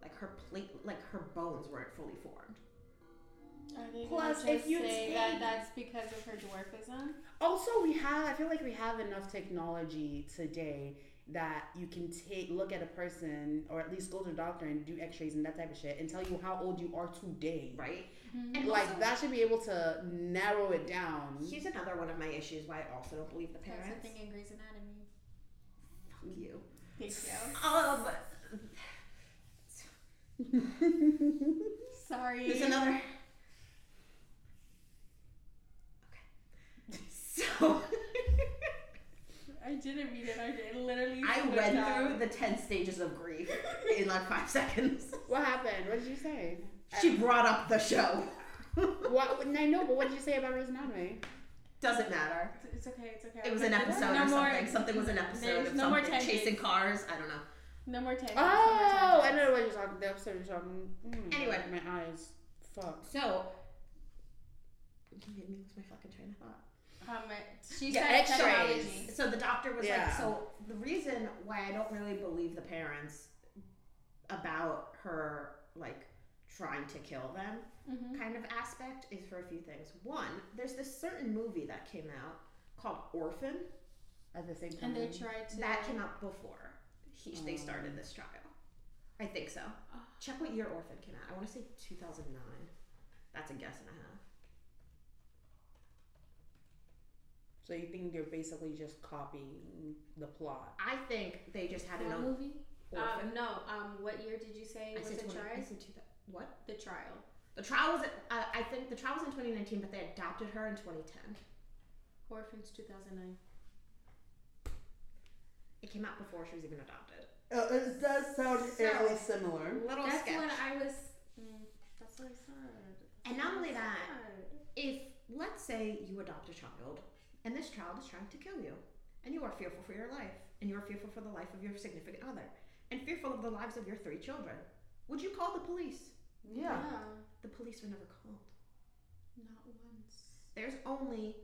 C: Like her plate, like her bones weren't fully formed.
B: Plus, if you
A: say that
B: take-
A: that's because of her dwarfism,
B: Also, we have. I feel like we have enough technology today that you can take look at a person or at least go to the doctor and do X-rays and that type of shit and tell you how old you are today.
C: right?
A: Mhm.
C: And
B: Like
C: also-
B: that should be able to narrow it down.
C: Here's another one of my issues why I also don't believe the
A: that's the
C: parents.
A: thing in Grey's Anatomy.
C: Fuck you.
A: Thank you.
C: Um,
A: Sorry.
C: there's another. Okay. [laughs] So
A: I didn't read it. I did literally.
C: I
A: wrote
C: went
A: down.
C: through the ten stages of [laughs] grief in like five seconds.
B: What happened? What did you say?
C: She brought up the show. [laughs]
B: What? I know, but what did you say about Rose Anatomy?
C: Doesn't matter.
A: It's- It's okay. It's okay.
C: It
A: I
C: was an
A: went through
C: episode
A: No
C: or
A: more-
C: something. Something was an episode
A: there's
C: of
A: no more
C: something.
A: tangents.
C: Chasing cars. I don't know.
A: No more tangents.
B: Oh, I know what you're talking. The episode you're talking. Mm,
C: Anyway.
B: my eyes. Fuck.
C: So. You made me lose my fucking train of thought.
A: Um, she
C: Yeah,
A: said
C: x-rays.
A: technology.
C: So the doctor was like,
B: Yeah.
C: so the reason why I don't really believe the parents about her like trying to kill them
A: Mhm.
C: kind of aspect is for a few things. One, there's this certain movie that came out called Orphan
B: At the same time.
A: And they tried to.
C: that came out before he, they
B: Oh.
C: started this trial. I think so. Check what year Orphan came out. I want to say 2009. That's a guess and a half.
B: so you think they're basically just copying the plot?
C: I think they just had an
A: What
C: own
A: movie?
C: orphan.
A: Um, no. Um, what year did you say
C: I
A: was
C: said
A: the
C: 20 I
A: trial?
C: said 2000 What?
A: The trial.
C: The trial was, uh, I think the trial was in 2019, but they adopted her in 2010.
A: Orphans 2009.
C: It came out before she was even adopted.
G: Uh, it does sound
A: So-
G: eerily similar.
C: Little
A: That's
C: sketch.
A: when I was. Mm, that's what I said.
C: And not only that,
A: Sad.
C: if let's say you adopt a child, and this child is trying to kill you, and you are fearful for your life, and you are fearful for the life of your significant other, and fearful of the lives of your three children, would you call the police?
G: Yeah.
C: The police were never called.
A: Not once.
C: There's only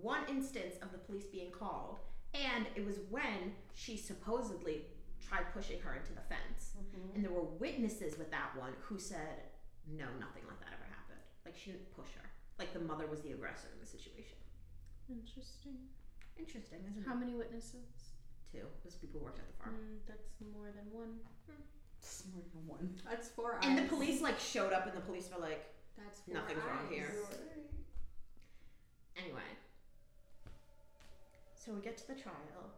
C: one instance of the police being called, and it was when she supposedly tried pushing her into the fence.
B: Mm-hmm.
C: And there were witnesses with that one who said, no, nothing like that ever happened. Like, she didn't push her. Like, the mother was the aggressor in the situation.
A: Interesting.
C: Interesting, isn't
A: How
C: it?
A: many witnesses?
C: Two. It was people who worked at the farm.
A: Mm, that's more than one.
B: Smart one.
A: That's four
C: And the police, like, showed up, and the police were like,
A: That's four
C: Nothing's wrong here.
A: eyes.
C: Anyway, so we get to the trial,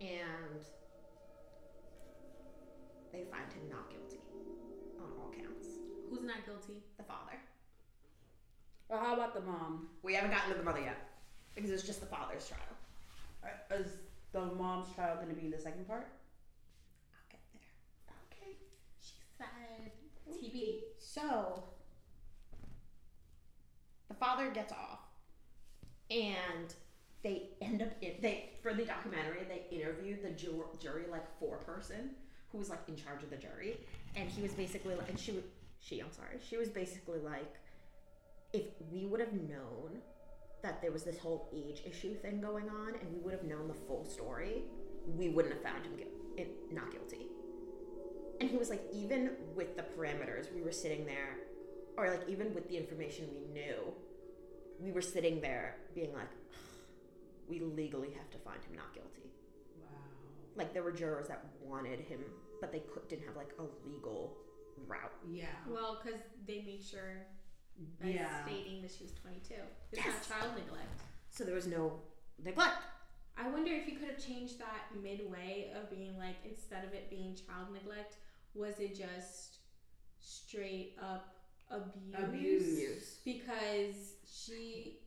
C: and they find him not guilty on all counts.
A: Who's not guilty?
C: The father.
B: Well, how about the mom?
C: We haven't gotten to the mother yet because it's just the father's trial.
B: Uh, Is the mom's trial going to be the second part?
C: I'll get there.
B: Okay.
A: She said TB.
C: So the father gets off, and they end up in, they for the documentary they interviewed the ju- jury like four person who was like in charge of the jury, and he was basically like and she wa- she I'm sorry she was basically like if we would have known that there was this whole age issue thing going on and we would have known the full story we wouldn't have found him gu- it- not guilty and he was like, even with the parameters, we were sitting there, or like even with the information we knew, we were sitting there being like, "Ugh, we legally have to find him not guilty.
B: Wow.
C: Like there were jurors that wanted him, but they could, didn't have like a legal route.
B: Yeah.
A: Well, because they made sure by
B: yeah.
A: stating that she was 22. It's
C: Yes.
A: not child neglect.
C: So there was no neglect.
A: I wonder if you could have changed that midway of being like, instead of it being child neglect, was it just straight up abuse?
B: Abuse.
A: Because she,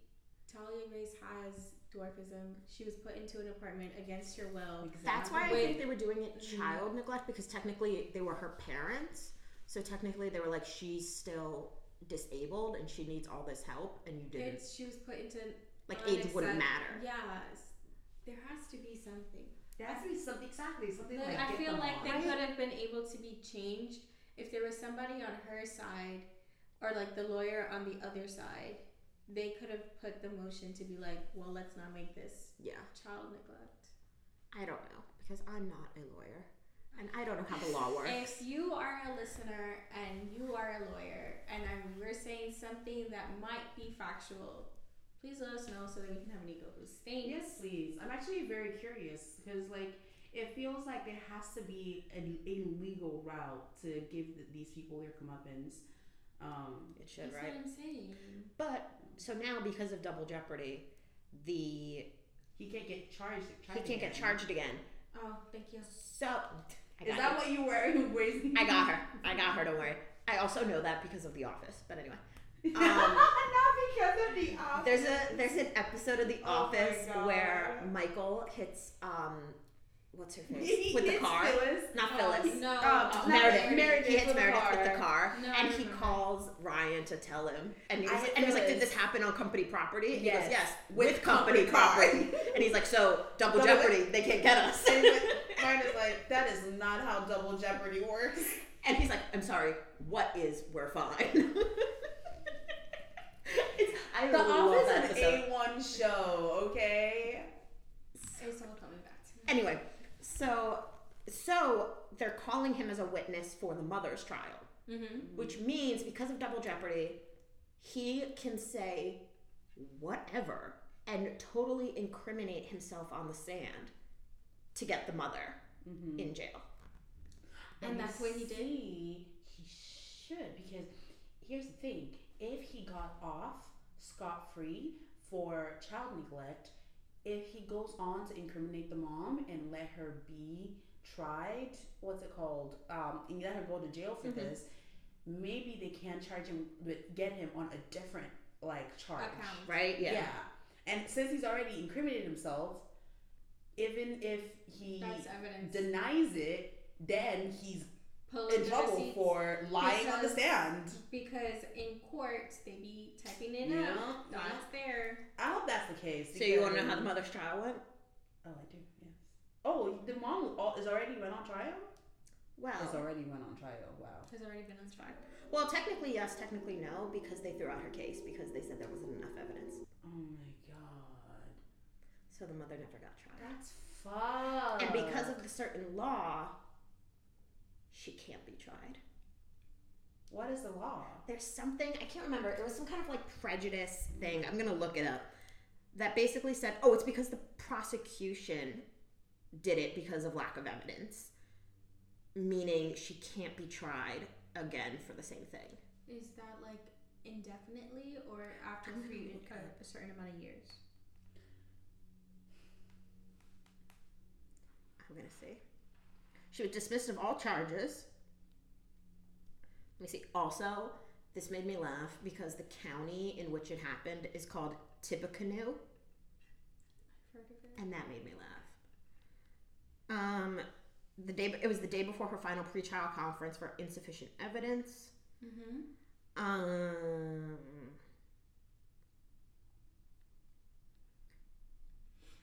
A: Talia Grace has dwarfism. She was put into an apartment against her will.
C: That's why I
A: Wait.
C: think they were doing it child neglect because technically they were her parents. So technically they were like she's still disabled and she needs all this help and you didn't
A: It's, she was put into an
C: like age wouldn't
A: unaccept-
C: matter.
A: Yeah, s- there has to be something.
B: There has to be something exactly something
A: Like,
B: like.
A: I
B: get
A: feel
B: them
A: like
B: on.
A: they could have been able to be changed if there was somebody on her side or like the lawyer on the other side. They could have put the motion to be like, well, let's not make this
C: Yeah.
A: child neglect.
C: I don't know because I'm not a lawyer and I don't know how the [laughs] law works.
A: If you are a listener and you are a lawyer and I'm, we're saying something that might be factual, please let us know so that we can have an ego abstain.
B: Yes, please. I'm actually very curious because, like, it feels like there has to be an, a legal route to give th- these people their comeuppance. Um,
C: It should,
A: That's
C: right?
A: what I'm saying.
C: But so now because of double jeopardy, the
B: he can't get charged.
C: he
B: charged
C: can't get
B: again.
C: charged again.
A: Oh, thank you.
C: So I
B: Is
C: got
B: that
C: it.
B: what you were [laughs] raising?
C: I got her. I got her. Don't worry. I also know that because of The Office. But anyway.
B: [laughs] Not
C: Um,
B: because of the office.
C: There's a there's an episode of The
B: Oh my
C: Office
B: God.
C: where Michael hits um, what's her
B: [laughs] He
C: [laughs] face with the
B: hits
C: car,
B: Phyllis.
C: not
A: Oh,
C: Phyllis,
A: no.
B: Um,
C: Meredith.
B: Meredith.
C: He hits
B: with the
C: Meredith with the
B: car.
C: car,
A: No,
C: and
A: no,
C: he
A: no.
C: calls Ryan to tell him, and he
B: I
C: was,
B: hit
C: and he was like,
B: Phyllis.
C: "Did this happen on company property?" And
B: Yes.
C: He goes, "Yes,
B: With
C: with,
B: company
C: company,
B: car."
C: property." [laughs] and he's like, "So double
B: Double
C: jeopardy, they can't get us."
B: [laughs] And Meredith's like, that is not how double jeopardy works.
C: [laughs] and he's like, "I'm sorry, what is we're fine." [laughs] It's- I
B: The
C: love that
B: Office is
C: episode.
B: an A1 show, okay?
A: It's all coming back to me.
C: Anyway, so so they're calling him as a witness for the mother's trial,
A: Mm-hmm.
C: which means because of double jeopardy, he can say whatever and totally incriminate himself on the stand to get the mother in jail.
A: And that's what he did.
B: He should because here's the thing: if he got off scot free for child neglect, if he goes on to incriminate the mom and let her be tried, what's it called? Um, and let her go to jail
A: Mm-hmm.
B: for this, maybe they can charge him with get him on a different like charge.
A: Account.
C: Right?
B: Yeah. and since he's already incriminated himself, even if he
A: That's evidence.
B: denies it, then he's
A: Pull
C: Oh,
B: in
A: the
B: trouble
A: receipts
B: for lying on the stand.
A: because in court they be typing it
B: Yeah,
A: up.
B: yeah.
A: That's there.
B: I hope that's the case.
C: So you want to
B: because-
C: know how the mother's trial went?
B: Oh, I do. Yes. Oh, the mom al- is already went on trial. Is
C: Well,
B: already went on trial. Wow.
A: Has already been on trial.
C: well, technically yes, technically no, because they threw out her case because they said there wasn't enough evidence.
B: Oh my god.
C: So the mother never got tried.
B: That's fuck.
C: And because of the certain law, she can't be tried.
B: what is the law?
C: There's something, I can't remember, it was some kind of like prejudice thing. I'm going to look it up. That basically said, oh, it's because the prosecution did it because of lack of evidence, meaning she can't be tried again for the same thing.
A: Is that like indefinitely or after three uh, a certain amount of years?
C: I'm going to see. She was dismissed of all charges. Let me see. Also, this made me laugh because the county in which it happened is called Tippecanoe.
A: I've heard of it.
C: and that made me laugh. Um, the day it was the day before her final pretrial conference for insufficient evidence.
A: Mm-hmm.
C: Um,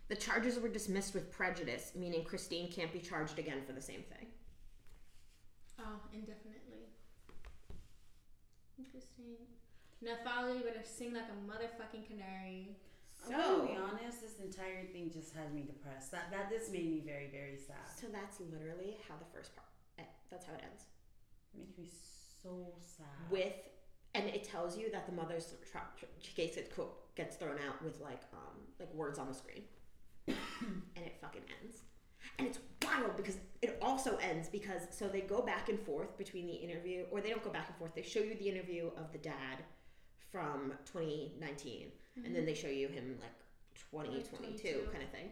C: the charges were dismissed with prejudice, meaning Christine can't be charged again for the same thing.
A: Oh, indefinitely. Interesting. Nathalie better sing like a motherfucking canary.
B: I'm gonna be honest. This entire thing just has me depressed. That that this made me very very sad.
C: So that's literally how the first part. eh, That's how it ends.
B: Makes me so sad.
C: with and it tells you that the mother's tra- tra- case gets, co- gets thrown out with like um like words on the screen and it fucking ends. And it's wild because it also ends because so they go back and forth between the interview, or they don't go back and forth. They show you the interview of the dad from 2019, and then they show you him like 2022
A: 22.
C: kind of thing.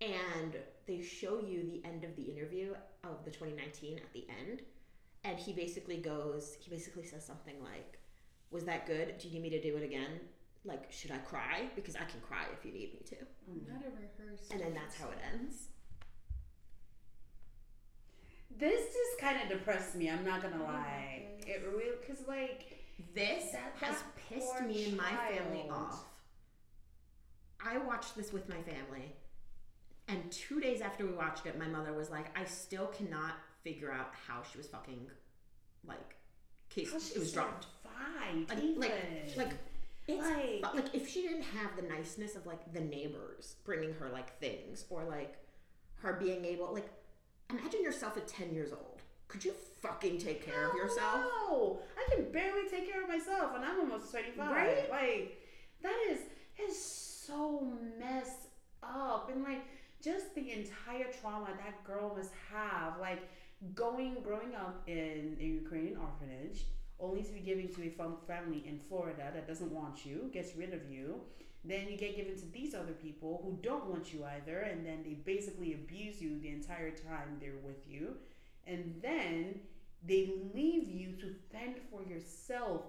C: And they show you the end of the interview of the 2019 at the end, and he basically goes, he basically says something like, "Was that good? Do you need me to do it again? Like, should I cry? Because I can cry if you need me to."
A: Not a rehearsal.
C: And then that's how it ends.
B: This just kind of depressed me. I'm not
C: Oh
B: gonna lie. It really, cause like
C: This
B: That-
C: has
B: that
C: pissed
B: poor
C: me and my family
B: child.
C: off. I watched this with my family, and two days after we watched it, my mother was like, "I still cannot figure out how she was fucking, like, case it was dropped."
B: Five.
C: Like,
B: even.
C: like, like, it's,
B: Like-
C: but, like, if she didn't have the niceness of like the neighbors bringing her like things, or like her being able, like, imagine yourself at ten years old. Could you fucking take care of yourself?
B: No, I can barely take care of myself, and I'm almost 25.
C: Right?
B: Like that is is so messed up, and like just the entire trauma that girl must have, like going growing up in a Ukrainian orphanage, only to be given to a fam- family in Florida that doesn't want you, gets rid of you. Then you get given to these other people who don't want you either, and then they basically abuse you the entire time they're with you. And then they leave you to fend for yourself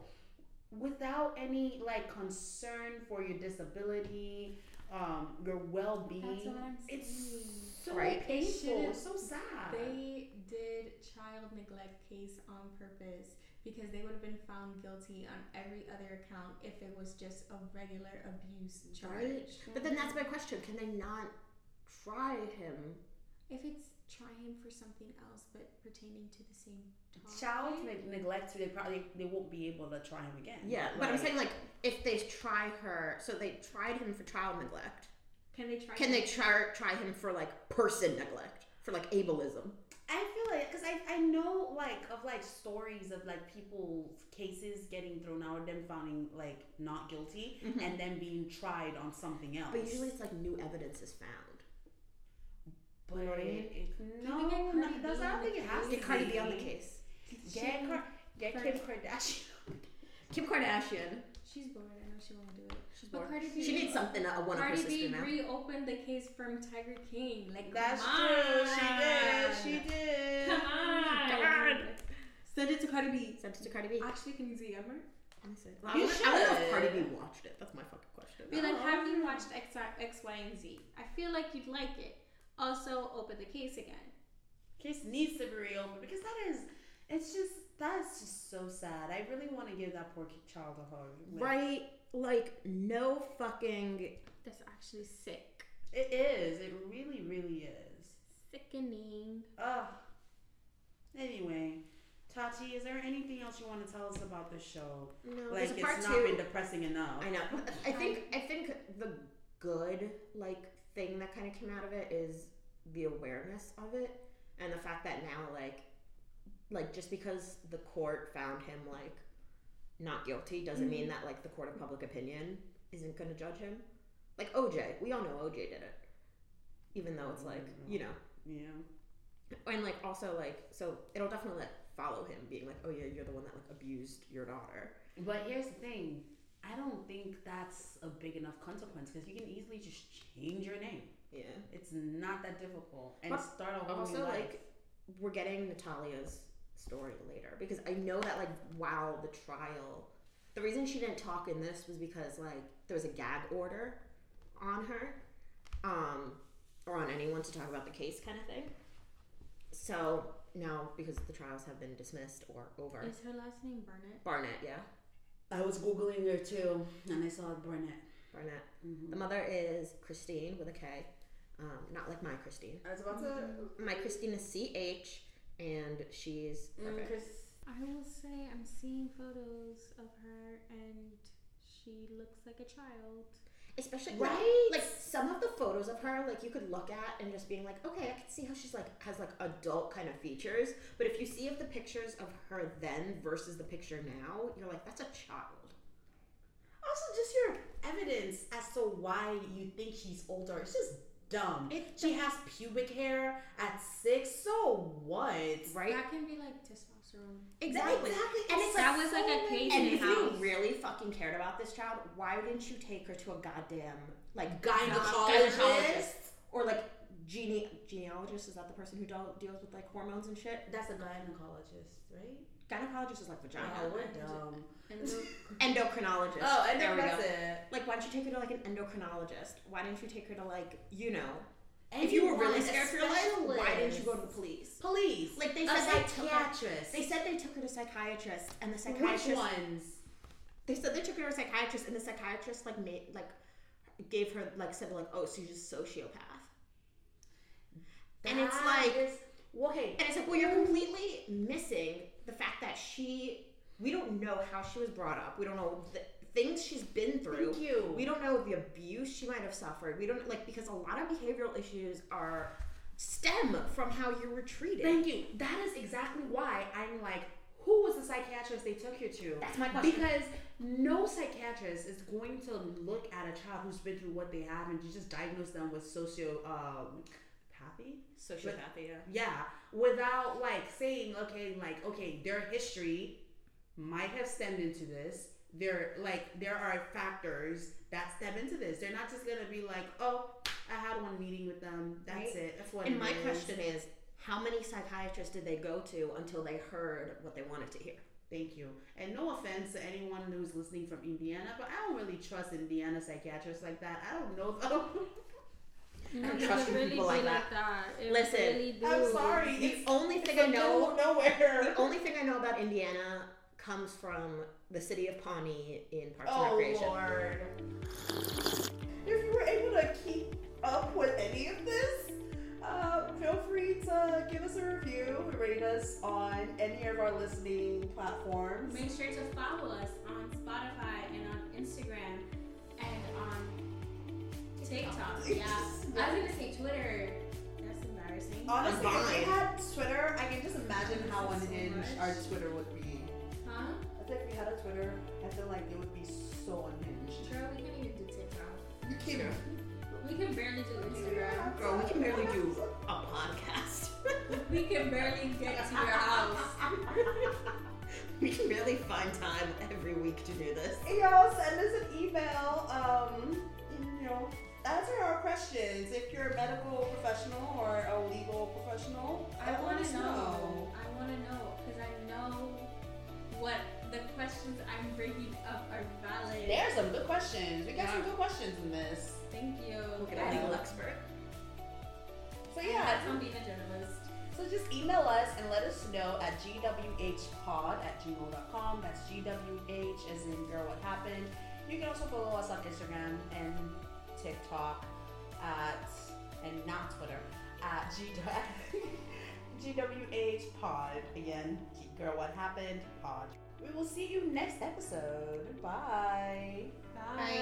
B: without any like concern for your disability um your
A: That's
B: well-being
A: what I'm
B: it's
A: saying.
B: so
C: Right.
B: painful
A: shouldn't-
B: it's so sad
A: They did child neglect case on purpose because they would have been found guilty on every other account if it was just a regular abuse charge.
C: Right. But then that's my question. Can they not try him?
A: If it's trying for something else but pertaining to the same topic.
B: child neg- neglect they probably they won't be able to try him again
C: But I'm
B: Like,
C: saying, like, if they try her, so they tried him for child neglect.
A: Can they try?
C: Can they try, try him for, like, person neglect? For, like, ableism?
B: I feel like because I, I know like of like stories of like people's cases getting thrown out and them finding like not guilty and then being tried on something else.
C: But usually it's like new evidence is found.
B: but
C: you know what I mean?
B: it- no,
A: we get Cardi
B: no, that's
A: B
B: I
A: on
B: don't
A: the
B: think it
A: case?
B: has to
C: Get Cardi
B: be.
C: B on the case.
B: Get, Car- get
A: Cardi-
B: Kim Kardashian.
C: Kim Kardashian.
A: She's bored. I know she won't do it.
C: She's
A: But
C: bored.
A: Cardi B.
C: She needs something, a one of her
A: Cardi
C: sisters
A: B
C: now.
A: reopened the case from Tiger King. Like
B: That's
A: come on.
B: true. She did. Oh She did.
A: Come on.
C: Come on.
A: Send it to Cardi B.
C: Sent it to Cardi B.
A: Actually, can you DM her?
C: Honestly. Well, I wonder- I don't know if Cardi B watched it. That's my fucking question.
A: Be like, have
H: Oh.
A: you watched X, X, Y, and Z? I feel like you'd like it. Also, open the case again.
B: Case needs to be reopened because that is, it's just that's just so sad. I really want to give that poor child a hug. Like,
C: Right? Like, no fucking
A: That's actually sick.
B: It is. It really, really is.
A: Sickening.
B: Ugh. Anyway, Tati, is there anything else you want to tell us about the show?
C: No,
B: like
C: there's a
B: it's
C: part
B: not
C: two.
B: been depressing enough.
C: I know. I think I think the good like thing that kind of came out of it is the awareness of it and the fact that now like like just because the court found him like not guilty doesn't mean that like the court of public opinion isn't going to judge him. Like OJ, we all know OJ did it. Even though it's like, you know,
B: Yeah.
C: and like also like so it'll definitely like follow him being like, "Oh yeah, you're the one that like abused your daughter."
B: But here's the thing. I don't think that's a big enough consequence because you can easily just change your name.
C: Yeah.
B: It's not that difficult and
C: But
B: start a whole
C: also
B: new life.
C: like we're getting Natalia's story later because I know that like while the trial the reason she didn't talk in this was because like there was a gag order on her um or on anyone to talk about the case kind of thing so now because the trials have been dismissed or over
A: Is her last name Burnett?
C: Barnett yeah
B: I was googling her too, and I saw Burnett.
C: Barnett the mother is Christine with a K um not like my Christine
B: I was about to.
C: my Christine is CH and she's
B: Mm-hmm.
C: perfect.
A: I will say I'm seeing photos of her and she looks like a child.
C: especially
B: Right?
C: like, like some of the photos of her like you could look at and just being like okay i can see how she's like has like adult kind of features but if you see of the pictures of her then versus the picture now you're like that's a child
B: Also, just your evidence as to why you think she's older. It's just
I: dumb.
C: It's
I: she has pubic hair at six. So what?
C: Right?
H: That can be like testosterone.
C: Exactly. And it's
H: That
C: like
H: was like a case
C: and
H: in
C: if you
H: house.
C: really fucking cared about this child, why didn't you take her to a goddamn like
I: Gynecologist?
C: or like gene genealogist? Is that the person who do- deals with like hormones and shit?
B: That's a gynecologist, right?
C: Gynecologist is like vagina.
I: Oh, we're dumb.
C: [laughs]
H: And the-
C: Endocrinologist.
B: Oh, and
C: There
B: then
C: we
B: that's
C: go.
B: it.
C: Like, why don't you take her to like an endocrinologist? Why didn't you take her to like you know?
B: And
C: if you were really
B: want a
C: scared for your life, why didn't you
B: specialist.
C: go to the police?
B: Police.
C: Like they
B: a
C: said, they took her,
B: psychiatrist.
C: they said they took her to psychiatrists, and the psychiatrist.
B: Which ones?
C: They said they took her to a psychiatrist, and the psychiatrist like made like gave her like said like, oh, so you're just a sociopath. And it's
B: That
C: like-
B: is- well, okay.
C: And it's like, well, you're completely missing the fact that she. We don't know how she was brought up. We don't know the things she's been through.
B: Thank you.
C: We don't know the abuse she might have suffered. We don't like because a lot of behavioral issues are stem from how you were treated.
B: Thank you. That is exactly why I'm like, who was the psychiatrist they took you to?
C: That's my question.
I: Because no psychiatrist is going to look at a child who's been through what they have and just diagnose them with socio um, pathy.
C: Sociopathy. Yeah.
I: Yeah, without like saying, okay, like okay, their history might have stemmed into this. There, like, there are factors that stem into this. They're not just gonna be like, oh, I had one meeting with them. That's
C: Right.
I: it. That's what.
C: And
I: it
C: my
I: is."
C: question is, how many psychiatrists did they go to until they heard what they wanted to hear?
I: Thank you. And no offense to anyone who's listening from Indiana, but I don't really trust Indiana psychiatrists like that. I don't know them.
H: No,
C: don't
H: it
C: trust
H: would
C: you
H: really
C: people
H: be
C: like
H: It
C: Listen,
H: really
I: [laughs] I'm
H: do.
I: sorry.
C: The
I: It's
C: only thing I
I: middle
C: know
I: of nowhere.
C: The only thing I know about Indiana comes from the city of Pawnee in Parks and
B: Oh
C: Recreation.
B: Lord. If you were able to keep up with any of this, uh, feel free to give us a review, rate us on any of our listening platforms. [laughs]
A: Make sure to follow us on Spotify and on Instagram and on TikTok. Yeah. I was gonna say Twitter. That's embarrassing.
B: Honestly, if
C: Vine.
B: we had Twitter, I can just imagine how
A: This is so
B: unhinged
A: much.
B: our Twitter would be.
A: Huh?
B: I think if we had a Twitter, I feel like it would be so unhinged.
A: Girl, we can't even do TikTok.
B: You can't.
A: We can barely do Instagram.
C: Girl, we can barely do a podcast. [laughs]
A: We can barely get to your house.
C: we can really find time every week to do this.
B: Hey, y'all send us an email um you know answer our questions if you're a medical professional or a legal professional
A: I
B: let
A: want
B: us
A: to know. I want to know because I know what the questions I'm bringing up are valid.
B: there's some good questions we got some good questions in this
A: Thank you.
C: We'll get a legal expert.
B: so
A: And That's
B: yeah
A: on being a journalist.
B: so just email us and let us know at gwhpod at gmail.com that's gwh as in girl what happened you can also follow us on instagram and tiktok at and not Twitter at G- [laughs] GWH Pod. Again, G- Girl What Happened Pod. We will see you next episode. Bye.
A: Bye.